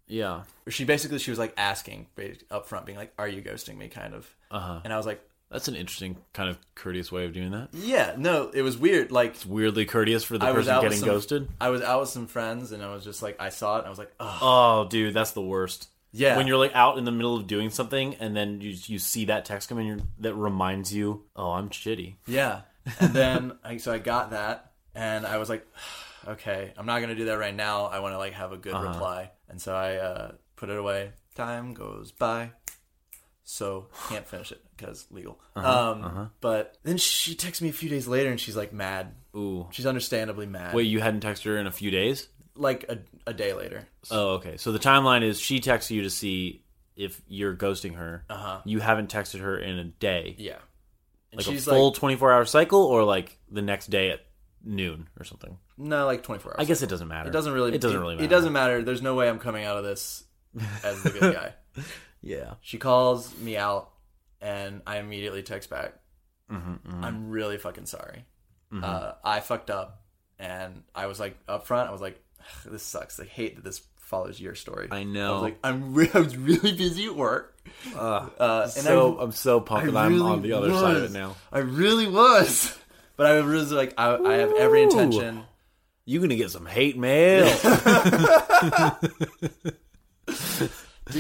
Yeah.
she basically she was like asking ba- up front being like are you ghosting me kind of uh-huh. and i was like
That's an interesting kind of courteous way of doing that.
yeah no it was weird like
Weirdly courteous for the
I was
person
out with
getting
some-
ghosted.
i was out with some friends and i was just like i saw it and i was like oh
Oh, dude, that's the worst.
Yeah.
When you're like out in the middle of doing something and then you you see that text come in you're, that reminds you, "Oh, I'm shitty."
yeah and then I, so i got that and i was like okay i'm not gonna do that right now i want to like have a good
Uh-huh.
reply and so i uh, put it away time goes by so can't finish it because legal
Uh-huh.
um, but then she texts me a few days later and she's like mad
Ooh.
she's understandably mad
Wait, you hadn't texted her in a few days?
like a, a day later
Oh, okay. So the timeline is she texts you to see if you're ghosting her.
Uh-huh.
You haven't texted her in a day.
yeah and
Like
she's
a full
like
24 hour cycle or like the next day at noon or something.
no like 24 hours
I guess it doesn't matter.
it doesn't really
It doesn't really matter.
it doesn't matter there's no way i'm coming out of this as the good guy
Yeah.
She calls me out, and I immediately text back.
Mm-hmm,
I'm really fucking sorry. Uh, I fucked up, and I was like upfront. I was like, "Ugh, "This sucks. I hate that this follows your story.
I
I
know.
was like, I'm re- I was really busy at work.
Ugh.
Uh, and
so
I,
I'm so pumped that
I
I'm
really
on the other side of it
was.
now.
I really was. But I was like, I, I have every
Ooh.
intention.
You're gonna get some hate mail.
Dude,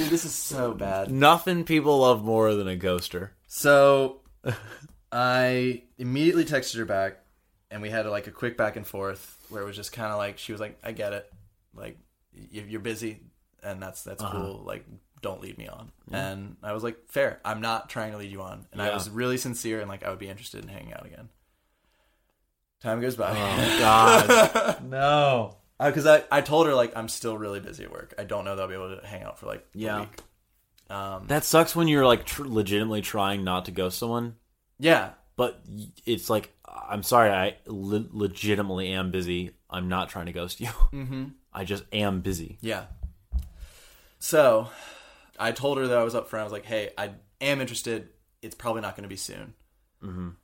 this is so bad.
Nothing people love more than a ghoster.
So I immediately texted her back, and we had like a quick back and forth where it was just kind of like she was like, "I get it, like y- you're busy, and that's that's
Uh-huh.
cool. Like don't lead me on." And I was like, "Fair. I'm not trying to lead you on." And I
Mm-hmm. Yeah.
was really sincere and like I would be interested in hanging out again. Time goes by.
Oh God, no.
because I, I told her like I'm still really busy at work. I don't know that I'll be able to hang out for like a
Yeah.
week. Um,
That sucks when you're like tr- legitimately trying not to ghost someone,
yeah,
but y- it's like, I'm sorry, I le- legitimately am busy. I'm not trying to ghost you. Mm-hmm. I just am busy.
yeah. So I told her that I was up front. I was like, hey, I am interested. It's probably not going to be soon.
Mhm.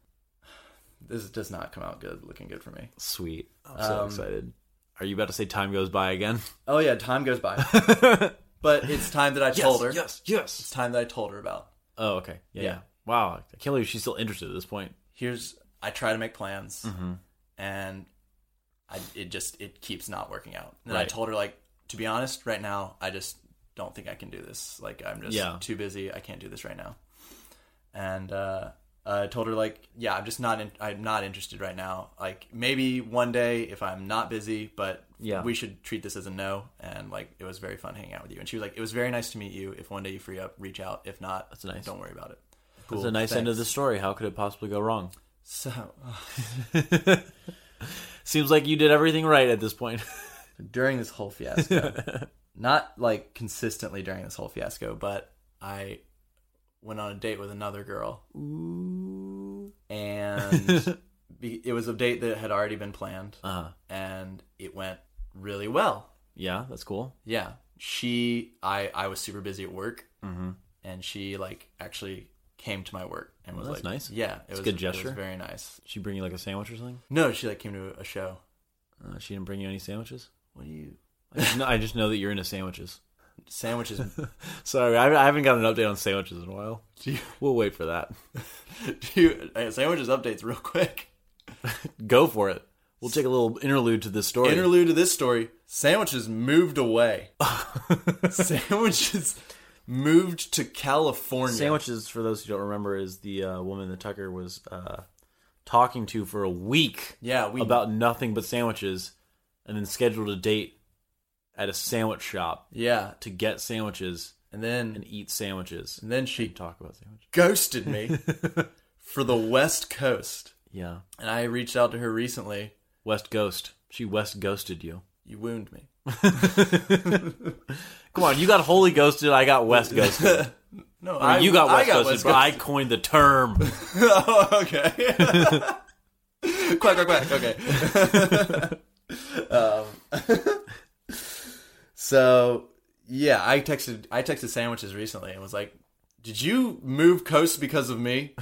This does not come out good, looking good for me.
Sweet. I'm so
Um,
excited. Are you about to say time goes by again?
Oh yeah, time goes by, but it's time that I told her.
Yes,
It's
yes.
time that I told her about.
Oh, okay. Yeah.
Yeah.
yeah. Wow. I can't believe she's still interested at this point.
Here's I try to make plans,
Mm-hmm.
and I, it just it keeps not working out. And I
Right.
told her like, to be honest, right now I just don't think I can do this. Like I'm just
Yeah.
too busy. I can't do this right now. And uh, I told her like, yeah, I'm just not. In, I'm not interested right now. Like maybe one day if I'm not busy, but
Yeah.
we should treat this as a no. And like it was very fun hanging out with you. And she was like, it was very nice to meet you. If one day you free up, reach out. If not, that's
nice.
Don't worry about it.
It's a nice end of the story. How could it possibly go wrong?
So
Seems like you did everything right at this point.
during this whole fiasco, not like consistently during this whole fiasco, but I went on a date with another girl,
Ooh.
and be, it was a date that had already been planned,
Uh,
and it went really well.
yeah, that's cool.
Yeah, she, I, I was super busy at work,
Mm-hmm.
and she like actually came to my work and was
that's
like,
nice.
Yeah, it was
a good
It
gesture.
was very nice.
She bring you like a sandwich or something?
No, she like came to a show.
Uh, she didn't bring you any sandwiches.
What do you
I just, know, I just know that you're into sandwiches.
sandwiches?
Sorry, I, I haven't got an update on sandwiches in a while.
do you,
We'll wait for that.
do you, uh, sandwiches updates real quick?
Go for it. We'll take a little interlude to this story.
Interlude to this story: sandwiches moved away. sandwiches moved to California.
Sandwiches, for those who don't remember, is the uh, woman that Tucker was uh, talking to for a week
yeah, we
about nothing but sandwiches, and then scheduled a date at a sandwich shop
yeah,
to get sandwiches
and then
and eat sandwiches.
and then she
Talk about sandwiches.
ghosted me for the West Coast,
Yeah,
and I reached out to her recently.
West Ghost. She West Ghosted you.
You wound me.
Come on, you got Holy Ghosted. I got West Ghosted.
No,
I mean, you got
I
West Ghosted, but I coined the term.
oh, okay. quack quack quack. Okay. um, so yeah, I texted I texted sandwiches recently and was like, "Did you move coast because of me?"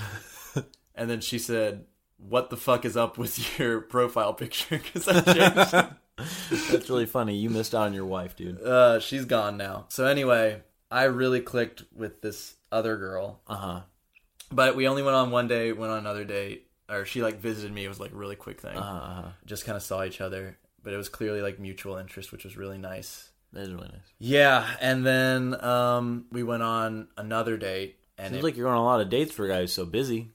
and then she said, "What the fuck is up with your profile picture?" Because I changed. it.
That's really funny. You missed out on your wife, dude.
uh, she's gone now. So anyway, I really clicked with this other girl
Uh huh.
But we only went on one day, went on another date, or she like visited me. It was like a really quick thing.
Uh huh.
Just kind of saw each other, but it was clearly like mutual interest, which was really nice.
That is really nice.
Yeah, and then um, we went on another date, and
Seems
it,
like you're on a lot of dates for a guy who's so busy.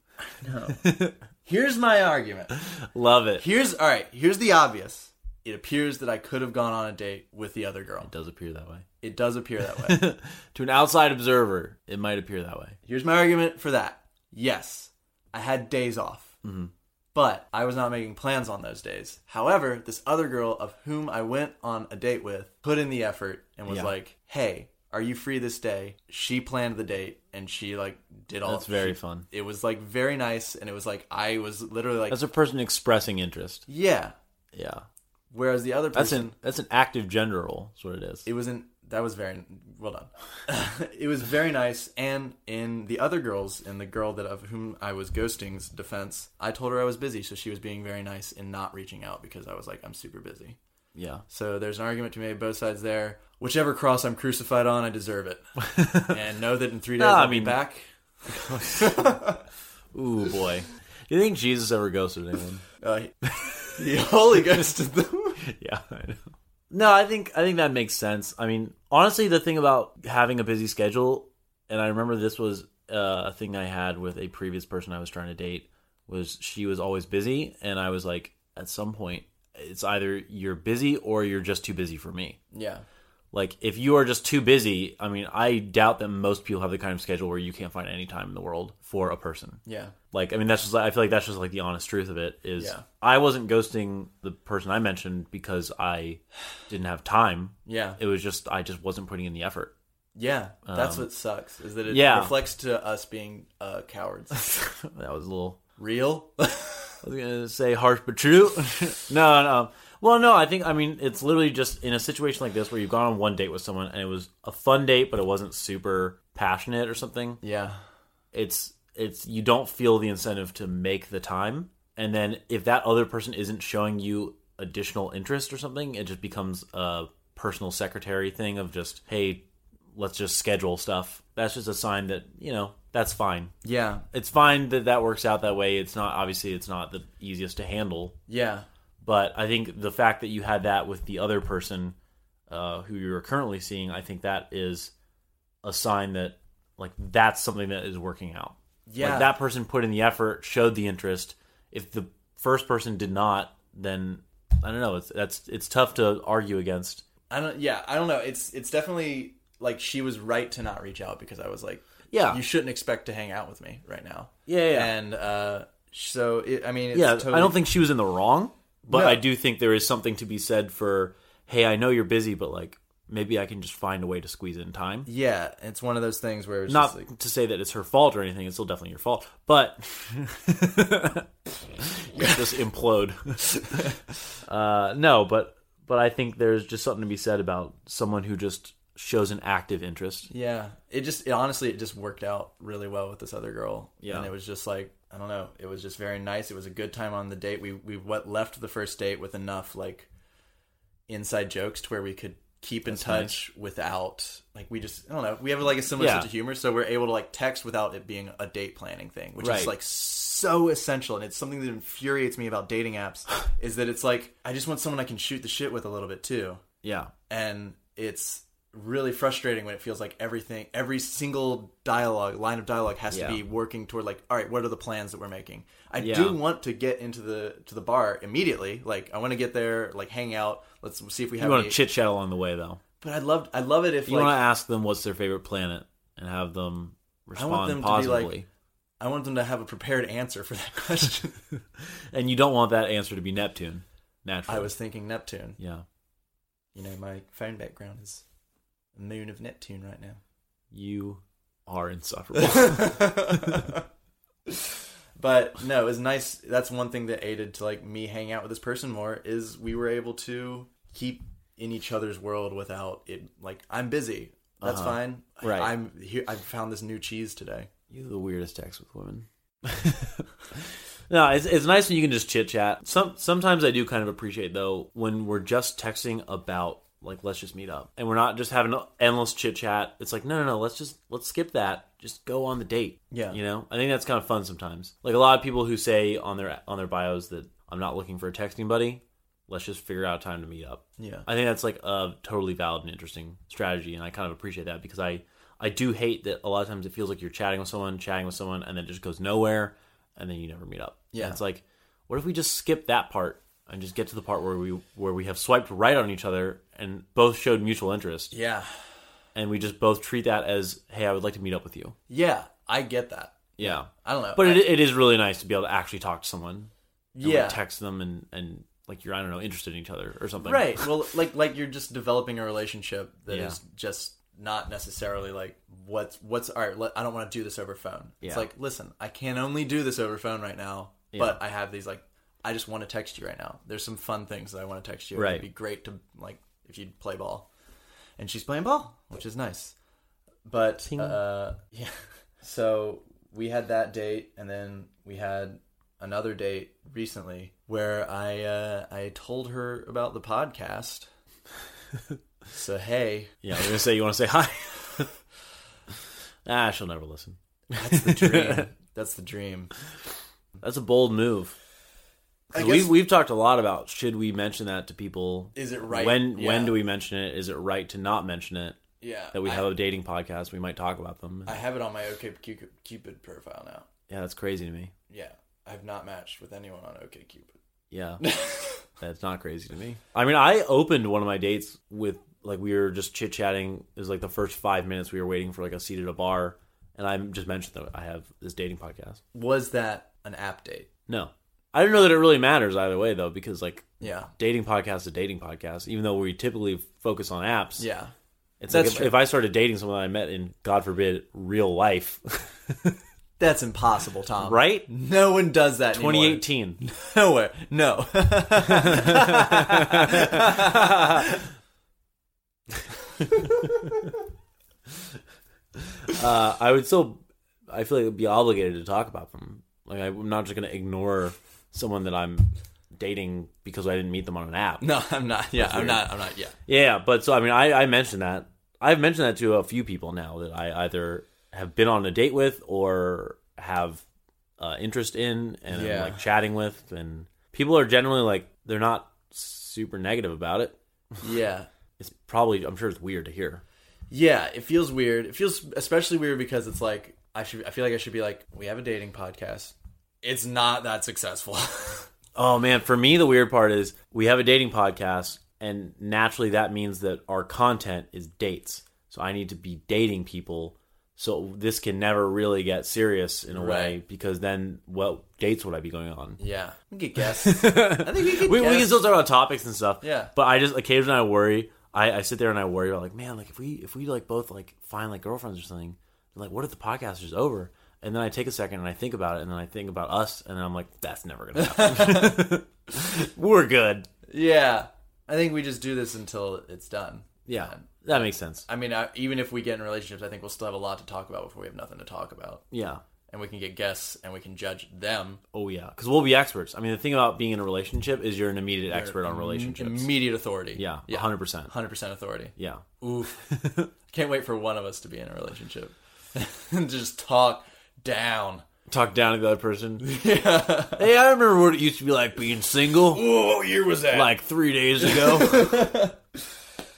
here's my argument.
Love it.
Here's all right. Here's the obvious. It appears that I could have gone on a date with the other girl.
It does appear that way.
It does appear that way.
to an outside observer, it might appear that way.
here's my argument for that. Yes, I had days off.
Mm-hmm.
but I was not making plans on those days. However, this other girl of whom I went on a date with put in the effort and was
Yeah.
like, "Hey, are you free this day?" She planned the date and she like did all.
That's very
she-
fun.
It was like very nice, and it was like I was literally like,
That's a person expressing interest.
"Yeah."
Yeah.
Whereas the other
That's
person,
an that's an active gender role. That's what it is.
it wasn't. That was very well done. it was very nice, and in the other girls, in the girl that of whom I was ghosting's defense, I told her I was busy, so she was being very nice in not reaching out because I was like, "I'm super busy."
Yeah.
So there's an argument to be made both sides there. Whichever cross I'm crucified on, I deserve it. and know that in three days
Nah, I
I'll
mean-
be back.
Ooh boy. Do you think Jesus ever ghosted anyone?
Uh, the Holy Ghost of them.
yeah, I know. No, I think I think that makes sense. I mean, honestly, the thing about having a busy schedule, and I remember this was uh, a thing I had with a previous person I was trying to date, was she was always busy, and I was like, at some point, it's either you're busy or you're just too busy for me.
Yeah.
Like, if you are just too busy, I mean, I doubt that most people have the kind of schedule where you can't find any time in the world for a person.
Yeah.
Like, I mean, that's just, I feel like that's just like the honest truth of it is
Yeah.
I wasn't ghosting the person I mentioned because I didn't have time.
Yeah.
It was just, I just wasn't putting in the effort.
Yeah. That's what sucks is that it
yeah.
reflects to us being uh, cowards.
that was a little,
Real?
I was going to say harsh but true. no, no. Well, no, I think, I mean, it's literally just in a situation like this where you've gone on one date with someone and it was a fun date, but it wasn't super passionate or something.
yeah.
it's it's you don't feel the incentive to make the time and then if that other person isn't showing you additional interest or something it just becomes a personal secretary thing of just hey let's just schedule stuff that's just a sign that you know that's fine
Yeah.
it's fine that that works out that way it's not obviously it's not the easiest to handle
Yeah.
but i think the fact that you had that with the other person uh, who you're currently seeing i think that is a sign that like that's something that is working out
Yeah.
like that person put in the effort, showed the interest. If the first person did not, then I don't know. It's that's it's tough to argue against.
I don't. Yeah, I don't know. It's it's definitely like she was right to not reach out because I was like,
Yeah.
you shouldn't expect to hang out with me right now.
Yeah, yeah.
And uh, so it, I mean, it's
Yeah,
totally,
I don't think she was in the wrong, but
No.
I do think there is something to be said for, hey, I know you're busy, but like maybe I can just find a way to squeeze in time.
Yeah, it's one of those things where it's
Not
just like,
to say that it's her fault or anything; it's still definitely your fault. But just implode. uh, no, but but I think there's just something to be said about someone who just shows an active interest.
yeah. It just it, honestly, it just worked out really well with this other girl.
Yeah.
and it was just like I don't know. It was just very nice. It was a good time on the date. We we what left the first date with enough like inside jokes to where we could keep in touch without like we just I don't know. We have like a similar
Yeah.
sense of humor, so we're able to like text without it being a date planning thing, which
Right.
is like so essential and it's something that infuriates me about dating apps is that it's like I just want someone I can shoot the shit with a little bit too
Yeah,
and it's really frustrating when it feels like everything every single dialogue line of dialogue has
Yeah.
to be working toward like all right what are the plans that we're making i
Yeah.
do want to get into the to the bar immediately like i want to get there like hang out let's see if we
you
have
want
any
to chit chat along the way, though.
but i'd love i'd love it if
You
like
want to ask them what's their favorite planet and have them respond
want them to be like-
positively.
i want them to have a prepared answer for that question
and you don't want that answer to be Neptune. Naturally,
i was thinking neptune
yeah.
you know my phone background is the moon of neptune right now
You are insufferable.
but no, it was nice. That's one thing that aided to like me hang out with this person more is we were able to keep in each other's world without it. Like I'm busy. That's
Uh-huh.
fine.
Right.
I'm here. I found this new cheese today.
You have the weirdest texts with women. no, it's it's nice when you can just chit chat. Some sometimes I do kind of appreciate though when we're just texting about like let's just meet up and we're not just having endless chit chat. It's like no no no let's just let's skip that. Just go on the date.
Yeah.
you know I think that's kind of fun sometimes. Like a lot of people who say on their on their bios that I'm not looking for a texting buddy. Let's just figure out a time to meet up.
Yeah.
I think that's like a totally valid and interesting strategy, and I kind of appreciate that because I I do hate that a lot of times it feels like you're chatting with someone, chatting with someone, and then it just goes nowhere, and then you never meet up.
Yeah.
And it's like, what if we just skip that part and just get to the part where we where we have swiped right on each other and both showed mutual interest,
Yeah.
and we just both treat that as, hey, I would like to meet up with you.
Yeah. I get that.
Yeah.
I don't know.
But
I,
it, it is really nice to be able to actually talk to someone, and like,
yeah.
text them, and and like you're I don't know interested in each other or something,
right. Well, like like you're just developing a relationship that is
Yeah.
just not necessarily like what's what's all right. Let, I don't want to do this over phone.
Yeah.
It's like listen, I can only do this over phone right now, but I have these like I just want to text you right now. There's some fun things that I want to text you.
Right.
It'd be great to like if you'd play ball, and she's playing ball, which is nice. But uh, yeah, so we had that date, and then we had another date recently where I uh, I told her about the podcast. so hey,
Yeah, I'm gonna say you want to say hi. ah, she'll never listen.
that's the dream. that's the dream.
That's a bold move. 'Cause
I guess-
We've we've talked a lot about should we mention that to people?
Is it right?
When
Yeah.
when do we mention it? Is it right to not mention it?
Yeah,
That we
I,
have a dating podcast, we might talk about them.
I have it on my OKCupid Cupid profile now.
yeah, that's crazy to me.
Yeah, I've not matched with anyone on OKCupid.
Yeah, that's not crazy to me. I mean, I opened one of my dates with like we were just chit chatting. It was like the first five minutes we were waiting for like a seat at a bar, and I just mentioned that I have this dating podcast.
Was that an app date?
No, I don't know that it really matters either way though, because like
Yeah,
dating podcast to dating podcast, even though we typically focus on apps.
yeah.
it's
That's
like if,
true.
if I started dating someone I met in God forbid real life,
That's impossible, Tom.
right?
No one does that. anymore.
2018.
No way. No.
Uh, I would still, I feel like I'd be obligated to talk about them. Like I'm not just gonna ignore someone that I'm dating because I didn't meet them on an app.
No, I'm not. Yeah, I'm
weird.
not. I'm not. Yeah.
Yeah, but so I mean, I, I mentioned that. I've mentioned that to a few people now that I either have been on a date with or have uh, interest in and
Yeah.
I'm like chatting with, and people are generally like they're not super negative about it.
Yeah.
It's probably I'm sure it's weird to hear.
Yeah, it feels weird. It feels especially weird because it's like I should I feel like I should be like we have a dating podcast. It's not that successful.
Oh man, for me the weird part is we have a dating podcast, and naturally that means that our content is dates. So I need to be dating people. So this can never really get serious in a way
Right.
because then what dates would I be going on?
yeah. We can get guests. I think we can
we,
guess.
we can still talk about topics and stuff.
Yeah.
But I just occasionally I worry. I, I sit there and I worry about like, man, like if we if we like both like find like girlfriends or something, like what if the podcast is just over? And then I take a second and I think about it, and then I think about us, and then I'm like, that's never gonna happen. We're good.
Yeah. I think we just do this until it's done.
Yeah, that makes sense.
I mean, I, even if we get in relationships, I think we'll still have a lot to talk about before we have nothing to talk about.
Yeah.
And we can get guests and we can judge them.
Oh yeah, because we'll be experts. I mean, the thing about being in a relationship is you're an immediate expert on relationships.
Immediate authority.
Yeah,
Yeah.
hundred percent.
100% authority.
Yeah.
Oof. Can't wait for one of us to be in a relationship. and just talk down.
Talk down to the other person.
Yeah.
hey, I remember what it used to be like being single,
Whoa, what year was that?
like three days ago.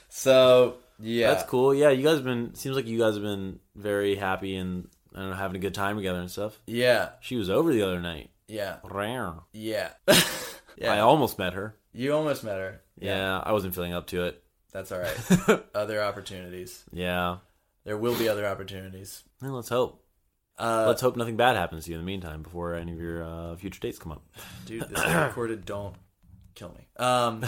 so yeah.
That's cool. Yeah, you guys have been. Seems like you guys have been very happy and I don't know, having a good time together and stuff.
Yeah.
She was over the other night.
Yeah.
Rare.
Yeah.
I
yeah.
almost met her.
you almost met her.
Yeah. I wasn't feeling up to it.
That's all right. other opportunities.
Yeah.
There will be other opportunities.
Well, let's hope.
Uh,
Let's hope nothing bad happens to you in the meantime before any of your uh, future dates come up.
dude, this is recorded. Don't kill me. Um,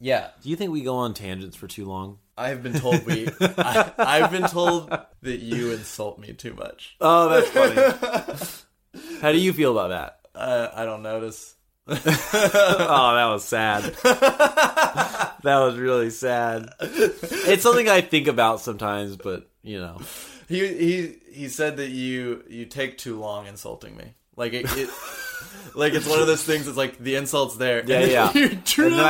yeah.
Do you think we go on tangents for too long?
I've been told we. I, I've been told that you insult me too much.
Oh, that's funny. How do you feel about that?
Uh, I don't notice.
oh, that was sad. that was really sad. It's something I think about sometimes, but you know.
He he he said that you you take too long insulting me. Like it, it like it's one of those things. It's like the insult's there.
Yeah, yeah.
you
And then I,
truly-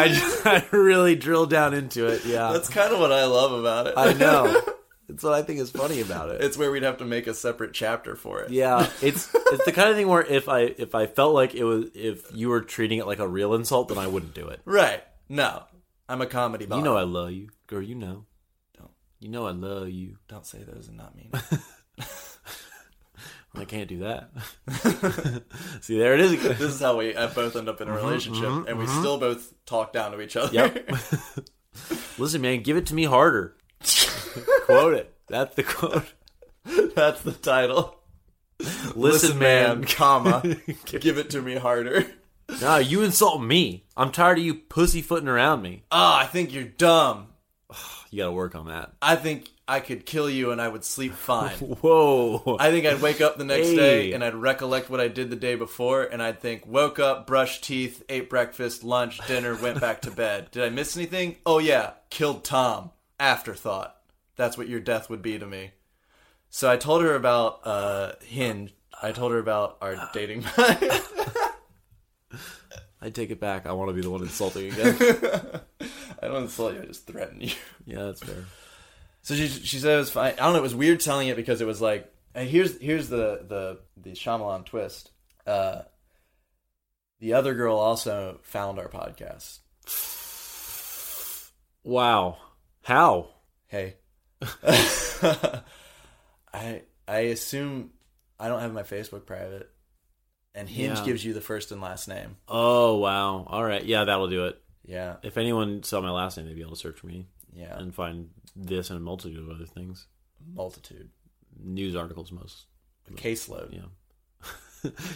I really drill down into it. Yeah,
That's kind of what I love about it.
I know. That's what I think is funny about it.
It's where we'd have to make a separate chapter for it.
Yeah, it's it's the kind of thing where if I if I felt like it was if you were treating it like a real insult, then I wouldn't do it.
Right. No. I'm a comedy bot.
You know I love you, girl. You know.
Don't.
You know I love you.
don't say those and not mean.
I can't do that. See, there it is again.
this is how we uh, both end up in a
Mm-hmm,
relationship and we still both talk down to each other.
Yep. Listen, man, give it to me harder. quote it. That's the quote.
That's the title.
Listen,
Listen, man,
man.
comma. give it to me harder.
Nah, you insult me. I'm tired of you pussyfooting around me.
Ah, I think you're dumb.
You got to work on that.
I think I could kill you and I would sleep fine.
Whoa.
I think I'd wake up the next
Hey.
day and I'd recollect what I did the day before and I'd think, woke up, brushed teeth, ate breakfast, lunch, dinner, went back to bed. Did I miss anything? Oh, yeah, killed Tom. Afterthought. That's what your death would be to me. So I told her about uh, Hinge. I told her about our dating.
I take it back. I want to be the one insulting again.
I don't insult you. I just threaten you.
yeah, that's fair.
So she she said it was fine. I don't know. It was weird telling it because it was like and here's here's the the the Shyamalan twist. Uh, the other girl also found our podcast.
Wow. How?
Hey, I I assume I don't have my Facebook private, and Hinge
Yeah.
gives you the first and last name.
Oh wow. All right. Yeah, that'll do it.
Yeah,
If anyone saw my last name, they'd be able to search for me
yeah,
and find this and a multitude of other things.
multitude,
News articles, most.
a caseload.
Yeah.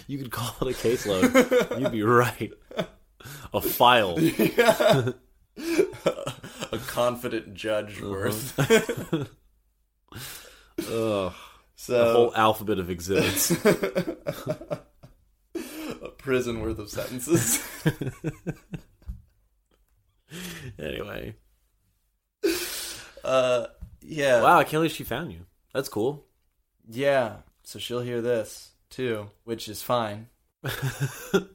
you could call it a caseload. You'd be right. A file.
a confident judge worth.
Uh-huh. Ugh. A
So
whole alphabet of exhibits.
a prison worth of sentences.
anyway.
Uh, yeah,
Wow, I can't believe she found you. That's cool.
yeah. So she'll hear this too, which is fine.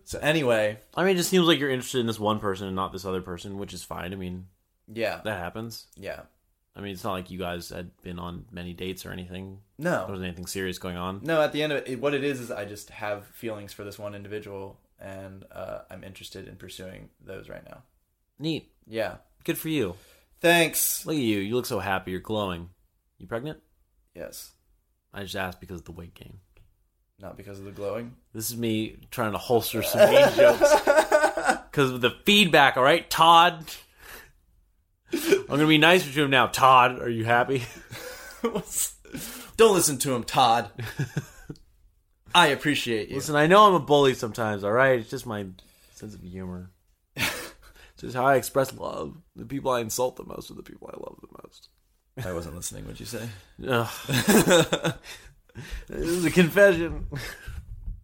so anyway,
I mean, it just seems like you're interested in this one person and not this other person, which is fine. I mean,
yeah,
that happens.
yeah.
I mean, it's not like you guys had been on many dates or anything. There
No,
wasn't anything serious going on.
no. At the end of it, what it is is I just have feelings for this one individual, and uh, I'm interested in pursuing those right now.
Neat.
Yeah.
Good for you.
Thanks.
Look at you. You look so happy. You're glowing. You pregnant?
Yes.
I just asked because of the weight gain.
Not because of the glowing.
This is me trying to holster some mean jokes because of the feedback. All right, Todd. I'm gonna be nicer to him now. Todd, are you happy?
What's- Don't listen to him, Todd. I appreciate you.
Listen, I know I'm a bully sometimes. All right, it's just my sense of humor. it's just how I express love. The people I insult the most are the people I love the most.
I wasn't listening. What'd you say?
Ugh. this is a confession.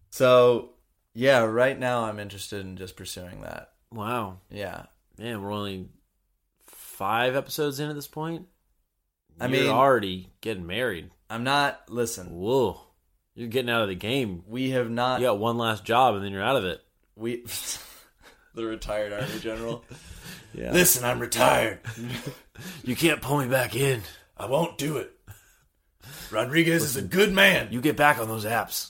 So yeah, right now I'm interested in just pursuing that.
Wow,
Yeah.
man, we're only five episodes in at this point.
I
You're
mean-
already getting married.
I'm not listen,
Whoa, you're getting out of the game.
we have not
You got one last job and then you're out of it.
we the retired army general.
Yeah.
Listen, I'm retired.
You can't pull me back in.
I won't do it. Rodriguez is a good man.
You get back on those apps.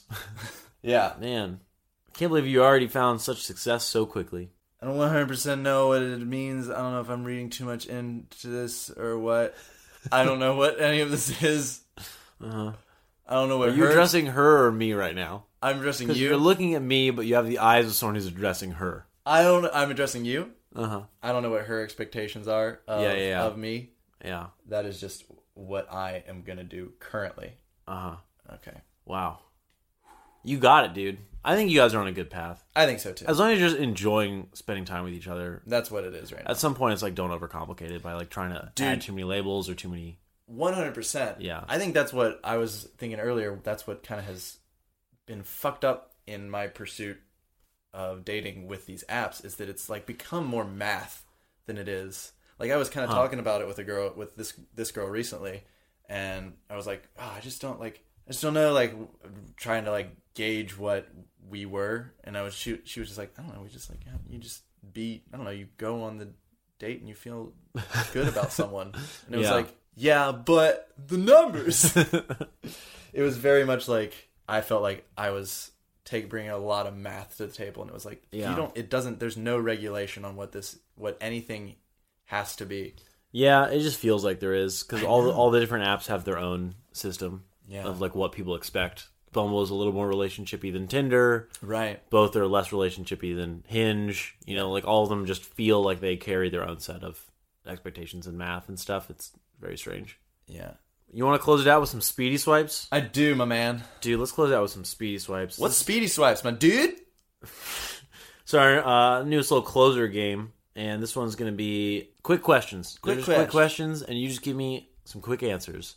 yeah.
Man, I can't believe you already found such success so quickly.
I don't 100% know what it means. I don't know if I'm reading too much into this or what. I don't know what any of this is.
Uh-huh.
I don't know what
Are you
her-
addressing her or me right now?
I'm addressing
Because
you.
you're looking at me, but you have the eyes of someone who's addressing her.
I don't. I'm addressing you.
Uh huh.
I don't know what her expectations are of,
Yeah, yeah, yeah.
of me.
Yeah.
That is just what I am gonna do currently.
Uh huh.
Okay,
Wow. You got it, dude. I think you guys are on a good path.
I think so too.
As long as you're just enjoying spending time with each other.
That's what it is right now.
At some point, it's like don't overcomplicate it by like trying to add
Dude.
too many labels or too many.
One hundred percent.
Yeah.
I think that's what I was thinking earlier. That's what kind of has been fucked up in my pursuit of dating with these apps is that it's like become more math than it is. Like I was kind of talking about it with a girl with this this girl recently, and I was like, oh, I just don't like, I just don't know, like trying to like gauge what we were, and I was she she was just like, I don't know, we just like yeah, you just be, I don't know, you go on the date and you feel good about someone, and it was
Yeah.
like, yeah, but the numbers. it was very much like I felt like I was take bringing a lot of math to the table, and it was like
Yeah.
you don't. It doesn't. There's no regulation on what this, what anything has to be.
Yeah, it just feels like there is because all the, all the different apps have their own system
Yeah.
of like what people expect. Bumble is a little more relationshipy than Tinder.
Right.
Both are less relationshipy than Hinge. You know, like all of them just feel like they carry their own set of expectations and math and stuff. It's very strange.
Yeah.
You want to close it out with some speedy swipes,
I do, my man.
dude? Let's close it out with some speedy swipes.
What's speedy swipes, my dude?
So our uh, newest little closer game, and this one's going to be quick questions. They're
Quick
just
questions.
quick questions, and you just give me some quick answers,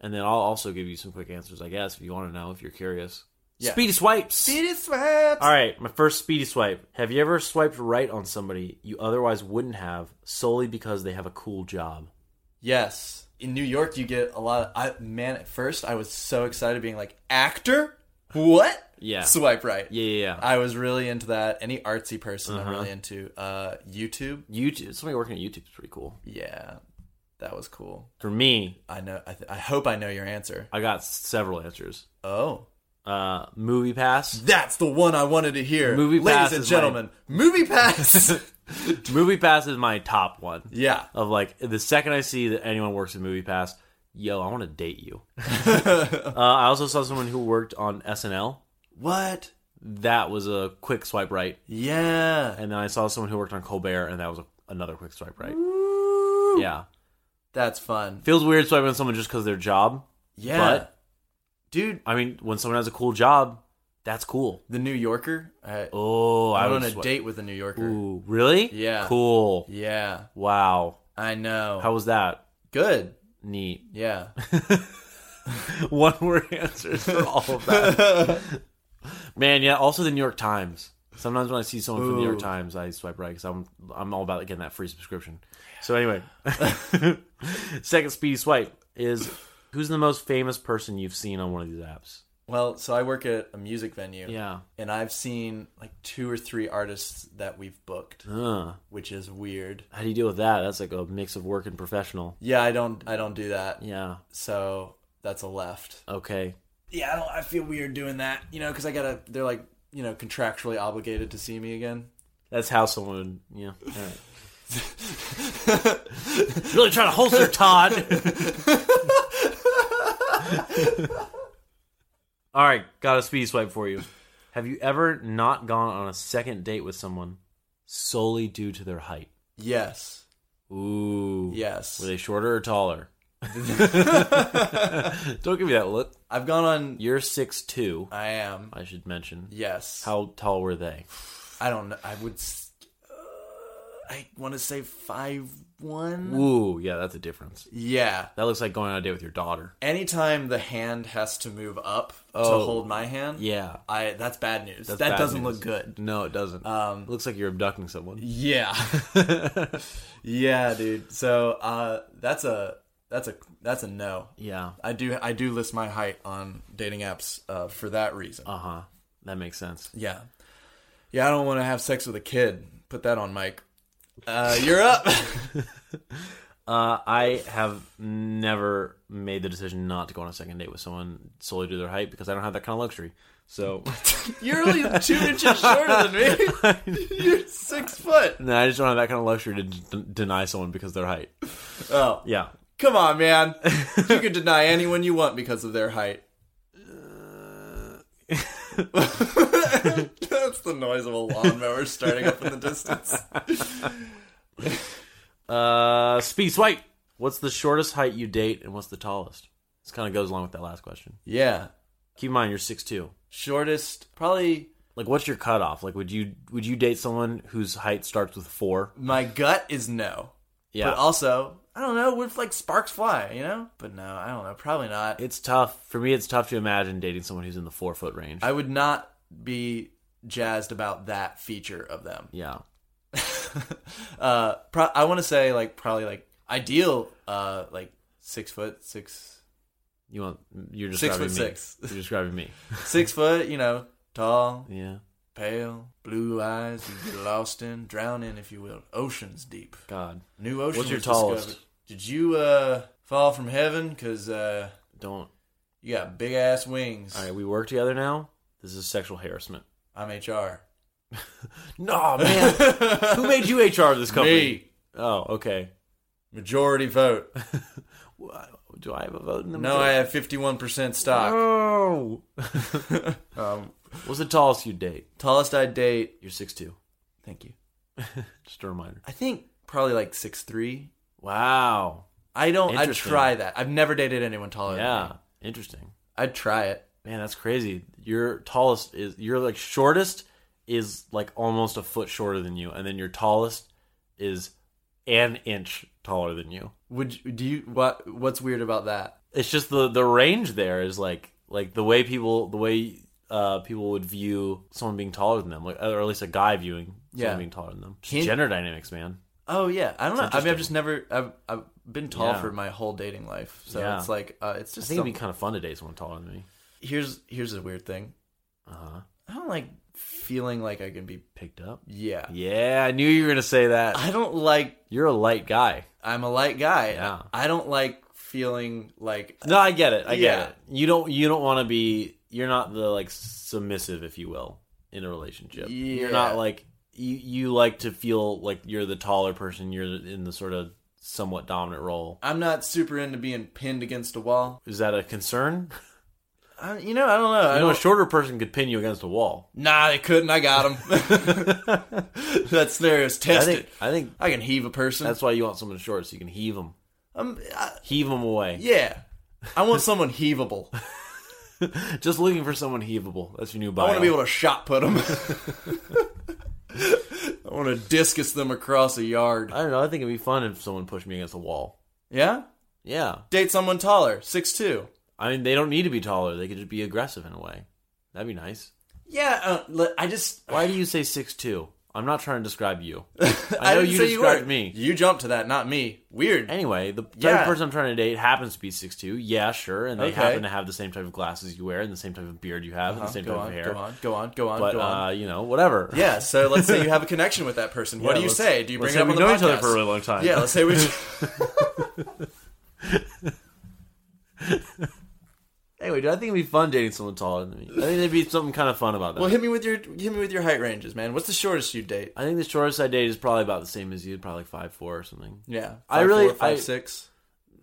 and then I'll also give you some quick answers, I guess, if you want to know, if you're curious.
Yeah.
Speedy swipes.
Speedy swipes.
All right, my first speedy swipe. Have you ever swiped right on somebody you otherwise wouldn't have solely because they have a cool job?
Yes. In New York, you get a lot. Of, I man, at first I was so excited, being like actor. What?
Yeah.
Swipe right.
Yeah, yeah, yeah.
I was really into that. Any artsy person, I'm really into. Uh, YouTube.
YouTube. Somebody working at YouTube is pretty cool.
Yeah, that was cool.
For me,
I know. I, th- I hope I know your answer.
I got several answers.
Oh,
Uh, movie Pass.
that's the one I wanted to hear.
Movie
ladies
Pass
and
is my-
gentlemen. Movie pass.
movie Pass is my top one.
yeah.
Of like the second I see that anyone works at Movie Pass, yo, I want to date you. uh, I also saw someone who worked on SNL.
What?
That was a quick swipe right,
Yeah.
and then I saw someone who worked on Colbert, and that was a, another quick swipe right. Yeah,
That's fun.
feels weird swiping on someone just because their job.
Yeah.
But-
Dude,
I mean, when someone has a cool job, that's cool.
the New Yorker. I,
Oh, I,
I
would
went on a
swipe-
date with a New Yorker.
Ooh, really?
Yeah.
Cool.
Yeah.
Wow.
I know.
How was that?
Good.
Neat.
Yeah.
One word answers for all of that. Man, yeah. Also, the New York Times. Sometimes when I see someone from the New York
Ooh.
Times, I swipe right because I'm I'm all about getting that free subscription. So anyway, second speedy swipe is who's the most famous person you've seen on one of these apps?
Well, so I work at a music venue.
Yeah.
And I've seen like two or three artists that we've booked,
Uh,
which is weird.
how do you deal with that? That's like a mix of work and professional.
Yeah, I don't I don't do that.
Yeah.
So that's a left.
Okay.
Yeah, I don't I feel weird doing that, you know, cuz I got to they're like, you know, contractually obligated to see me again.
That's how someone. would- Yeah. All right. really trying to holster Todd. All right, got a speedy swipe for you. Have you ever not gone on a second date with someone solely due to their height?
Yes.
Ooh.
Yes.
Were they shorter or taller? Don't give me that look.
I've gone on
You're six two.
I am.
I should mention.
Yes.
How tall were they?
I don't know. I would s- uh, I want to say 5'1.
Ooh, yeah, that's a difference.
Yeah.
That looks like going on a date with your daughter.
anytime the hand has to move up
Oh.
to hold my hand,
Yeah.
I that's bad news.
That's
that
bad
doesn't
news.
look good.
No, it doesn't.
Um,
it looks like you're abducting someone.
Yeah, yeah, dude. So uh, that's a that's a that's a no.
Yeah.
I do I do list my height on dating apps uh, for that reason.
Uh huh. That makes sense.
yeah, yeah. I don't want to have sex with a kid. Put that on Mike. Uh, you're up.
Uh, I have never made the decision not to go on a second date with someone solely due to their height because I don't have that kind of luxury. So
you're only two inches shorter than me. you're six foot.
no, I just don't have that kind of luxury to d- deny someone because of their height.
Oh,
Yeah.
come on, man. You can deny anyone you want because of their height. That's the noise of a lawnmower starting up in the distance.
Uh, speed swipe. What's the shortest height you date, and what's the tallest? This kind of goes along with that last question.
Yeah.
Keep in mind you're six two.
Shortest, probably
Like, what's your cutoff? Like, would you would you date someone whose height starts with four?
my gut is no.
Yeah.
But also, I don't know, what if like sparks fly, you know? But no, I don't know, probably not.
It's tough. For me, it's tough to imagine dating someone who's in the four foot range.
I would not be jazzed about that feature of them.
yeah.
uh, pro- I want to say like probably like ideal, uh, like six foot six,
You want, you're
six
describing
foot
me.
six,
You're describing me.
six foot. You know, tall,
Yeah.
pale, blue eyes. You get lost in, drown in, if you will, oceans deep.
God.
New ocean.
What's your
was
tallest?
discovered. Did you uh fall from heaven? Cause uh,
Don't.
you got big ass wings.
All right. We work together now. This is sexual harassment.
I'm HR.
No, man. Who made you HR of this company?
Me,
Oh, okay.
majority vote.
Wha- Do I have a vote in the
No, I have 51% stock.
No.
Um,
What's the tallest you date?
tallest I date.
You're six two.
Thank you.
Just a reminder.
I think probably like six three.
Wow.
I don't. I'd
Interesting.
try that. I've never dated anyone taller. than me.
Yeah. Interesting.
I'd try it.
Man, that's crazy. Your tallest is your like shortest is like almost a foot shorter than you, and then your tallest is an inch taller than you.
Would you- do you what? What's weird about that?
It's just the the range there is like like the way people the way uh people would view someone being taller than them, like or at least a guy viewing someone
Yeah.
being taller than them. Just
Can-
gender dynamics, man.
Oh yeah, I don't know. I mean,
interesting.
I've just never. I've I've been tall
Yeah.
for my whole dating life, so
Yeah.
it's like uh, it's
I
just.
think it'd
Some,
be kind of fun to date someone taller than me.
Here's here's a weird thing.
Uh huh.
I don't like feeling like I can be.
Picked up.
Yeah.
Yeah, I knew you were gonna say that.
I don't like.
You're a light guy.
I'm a light guy.
Yeah.
I don't like feeling like.
No, I get it. I
Yeah.
get it. You don't. You don't want to be. You're not the like submissive, if you will, in a relationship. You're
Yeah.
not like you. You like to feel like you're the taller person. You're in the sort of somewhat dominant role.
I'm not super into being pinned against a wall.
Is that a concern?
I, you know, I don't know. I
I know a
don't,
shorter person could pin you against a wall.
nah, they couldn't. I got them. That's there. It's
I
tested.
think. I think
I can heave a person.
that's why you want someone short so you can heave them,
Um, I,
heave them away.
yeah. I want someone heavable.
Just looking for someone heavable. That's your new
I
bio.
want to be able to shot put them. I want to discus them across a yard.
I don't know. I think it'd be fun if someone pushed me against a wall.
Yeah?
Yeah.
Date someone taller, six two.
I mean, they don't need to be taller. They could just be aggressive in a way. That'd be nice.
Yeah, uh, li- I just.
Why do you say six two? I'm not trying to describe you.
I,
I know
didn't
you
say
described
you were.
me.
You jumped to that, not me. Weird.
Anyway, the type
Yeah.
of person I'm trying to date happens to be six two. Yeah, sure. And they
Okay.
happen to have the same type of glasses you wear, and the same type of beard you have, and
Huh?
the same
Oh, go
type
on,
of hair.
Go on, go on, go on,
But
go on.
uh, you know, whatever.
yeah, so let's say you have a connection with that person. what
Yeah,
do you
let's-
say? Do you bring it up
let's say
on the podcast?
We've known each other for a really long time.
yeah, let's say we.
Anyway, dude, I think it'd be fun dating someone taller than me. I think there'd be something kind of fun about that.
well, hit me with your hit me with your height ranges, man. What's the shortest you date?
I think the shortest I dated is probably about the same as you, probably like five four or something.
Yeah,
I really-
four, five
I-
six.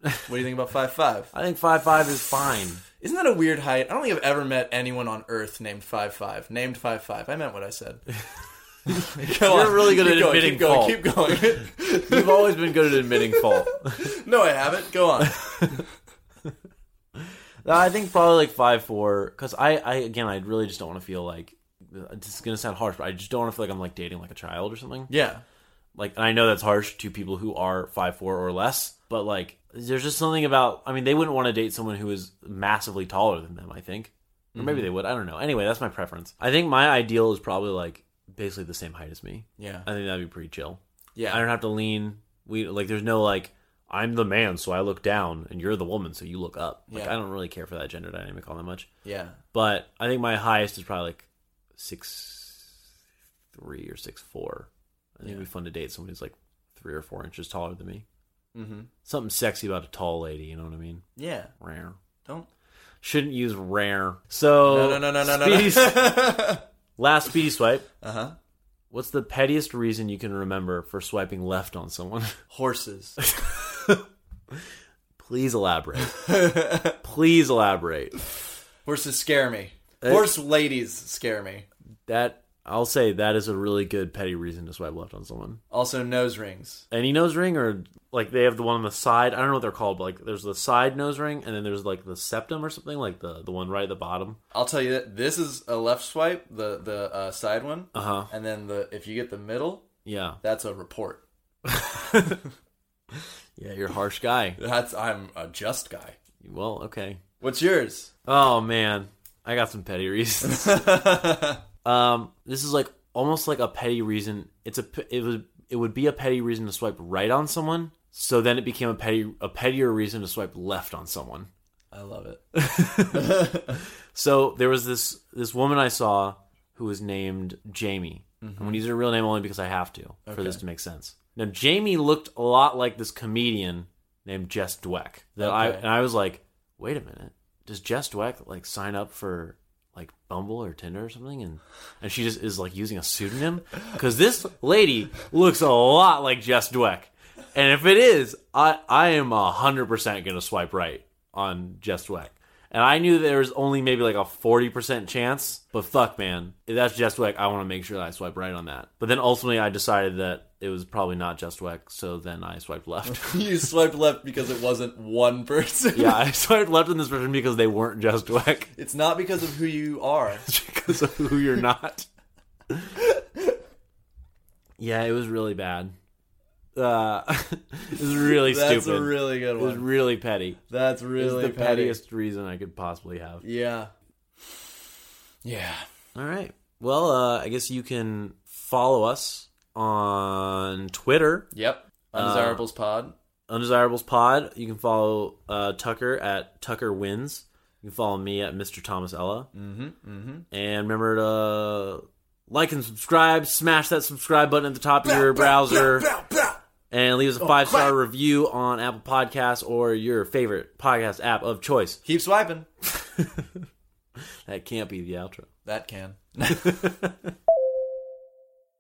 What do you think about five five?
I think five five is fine.
Isn't that a weird height? I don't think I've ever met anyone on Earth named five five. Named five five. I meant what I said. Go
You're really good
Keep
at
going,
admitting
keep going, Keep going.
You've always been good at admitting fault.
no, I haven't. Go on.
No, Uh, I think probably like five four. Because I, I again, I really just don't want to feel like. uh, This is gonna sound harsh, but I just don't want to feel like I'm like dating like a child or something.
Yeah.
Like, and I know that's harsh to people who are five four or less, but like, there's just something about. I mean, they wouldn't want to date someone who is massively taller than them. I think, or maybe they would. I don't know. Anyway, that's my preference. I think my ideal is probably like basically the same height as me.
Yeah.
I think that'd be pretty chill.
Yeah.
I don't have to lean. We like there's no like I'm the man, so I look down, and you're the woman, so you look up. Like
Yeah.
I don't really care for that gender dynamic all that much.
yeah.
But I think my highest is probably like six three or six four. I think it'd be fun to date someone who's like three or four inches taller than me.
Mm-hmm.
Something sexy about a tall lady, you know what I mean?
Yeah.
Rare.
Don't.
Shouldn't use rare. So
No, no, no, no, no, no.
speedy, last speedy swipe.
Uh huh.
What's the pettiest reason you can remember for swiping left on someone?
Horses.
Please elaborate. Please elaborate.
Horses scare me.
Uh,
Horse ladies scare me.
That I'll say that is a really good petty reason to swipe left on someone.
Also, nose rings.
Any nose ring or like they have the one on the side. I don't know what they're called, but like there's the side nose ring and then there's like the septum or something, like the the one right at the bottom.
I'll tell you that this is a left swipe, the the uh, side one,
Uh huh.
and then the if you get the middle,
Yeah.
that's a report.
Yeah, you're a harsh guy.
That's I'm a just guy.
Well, okay.
What's yours?
Oh man. I got some petty reasons. Um, this is like almost like a petty reason. It's a p- it was it would be a petty reason to swipe right on someone. So then it became a petty a pettier reason to swipe left on someone.
I love it.
So there was this this woman I saw who was named Jamie. I'm gonna use her real name only because I have to for this to make sense. Now Jamie looked a lot like this comedian named Jess Dweck. That I
Okay.
and I was like, wait a minute, does Jess Dweck like sign up for like Bumble or Tinder or something? And and she just is like using a pseudonym because this lady looks a lot like Jess Dweck. And if it is, I I am hundred percent gonna swipe right on Jess Dweck. And I knew there was only maybe like a forty percent chance, but fuck, man, if that's Jess Dweck, I want to make sure that I swipe right on that. But then ultimately, I decided that it was probably not Jess Dweck, so then I swiped left.
you swiped left because it wasn't one person.
yeah, I swiped left in this version because they weren't Jess Dweck.
It's not because of who you are.
because of who you're not. yeah, it was really bad. Uh, it was really
That's a
stupid.
really good
it was
one.
really petty.
That's
It was
really
the
petty.
pettiest reason I could possibly have.
Yeah. Yeah.
All right. Well, uh, I guess you can follow us on Twitter,
Yep. Undesirables Pod.
Undesirables Pod. You can follow uh, Tucker at Tucker Wins. You can follow me at Mr. Thomas Ella. Mm-hmm, mm-hmm. And remember to like and subscribe. Smash that subscribe button at the top of your browser. And leave us a five star review on Apple Podcasts or your favorite podcast app of choice.
Keep swiping.
That can't be the outro.
That can.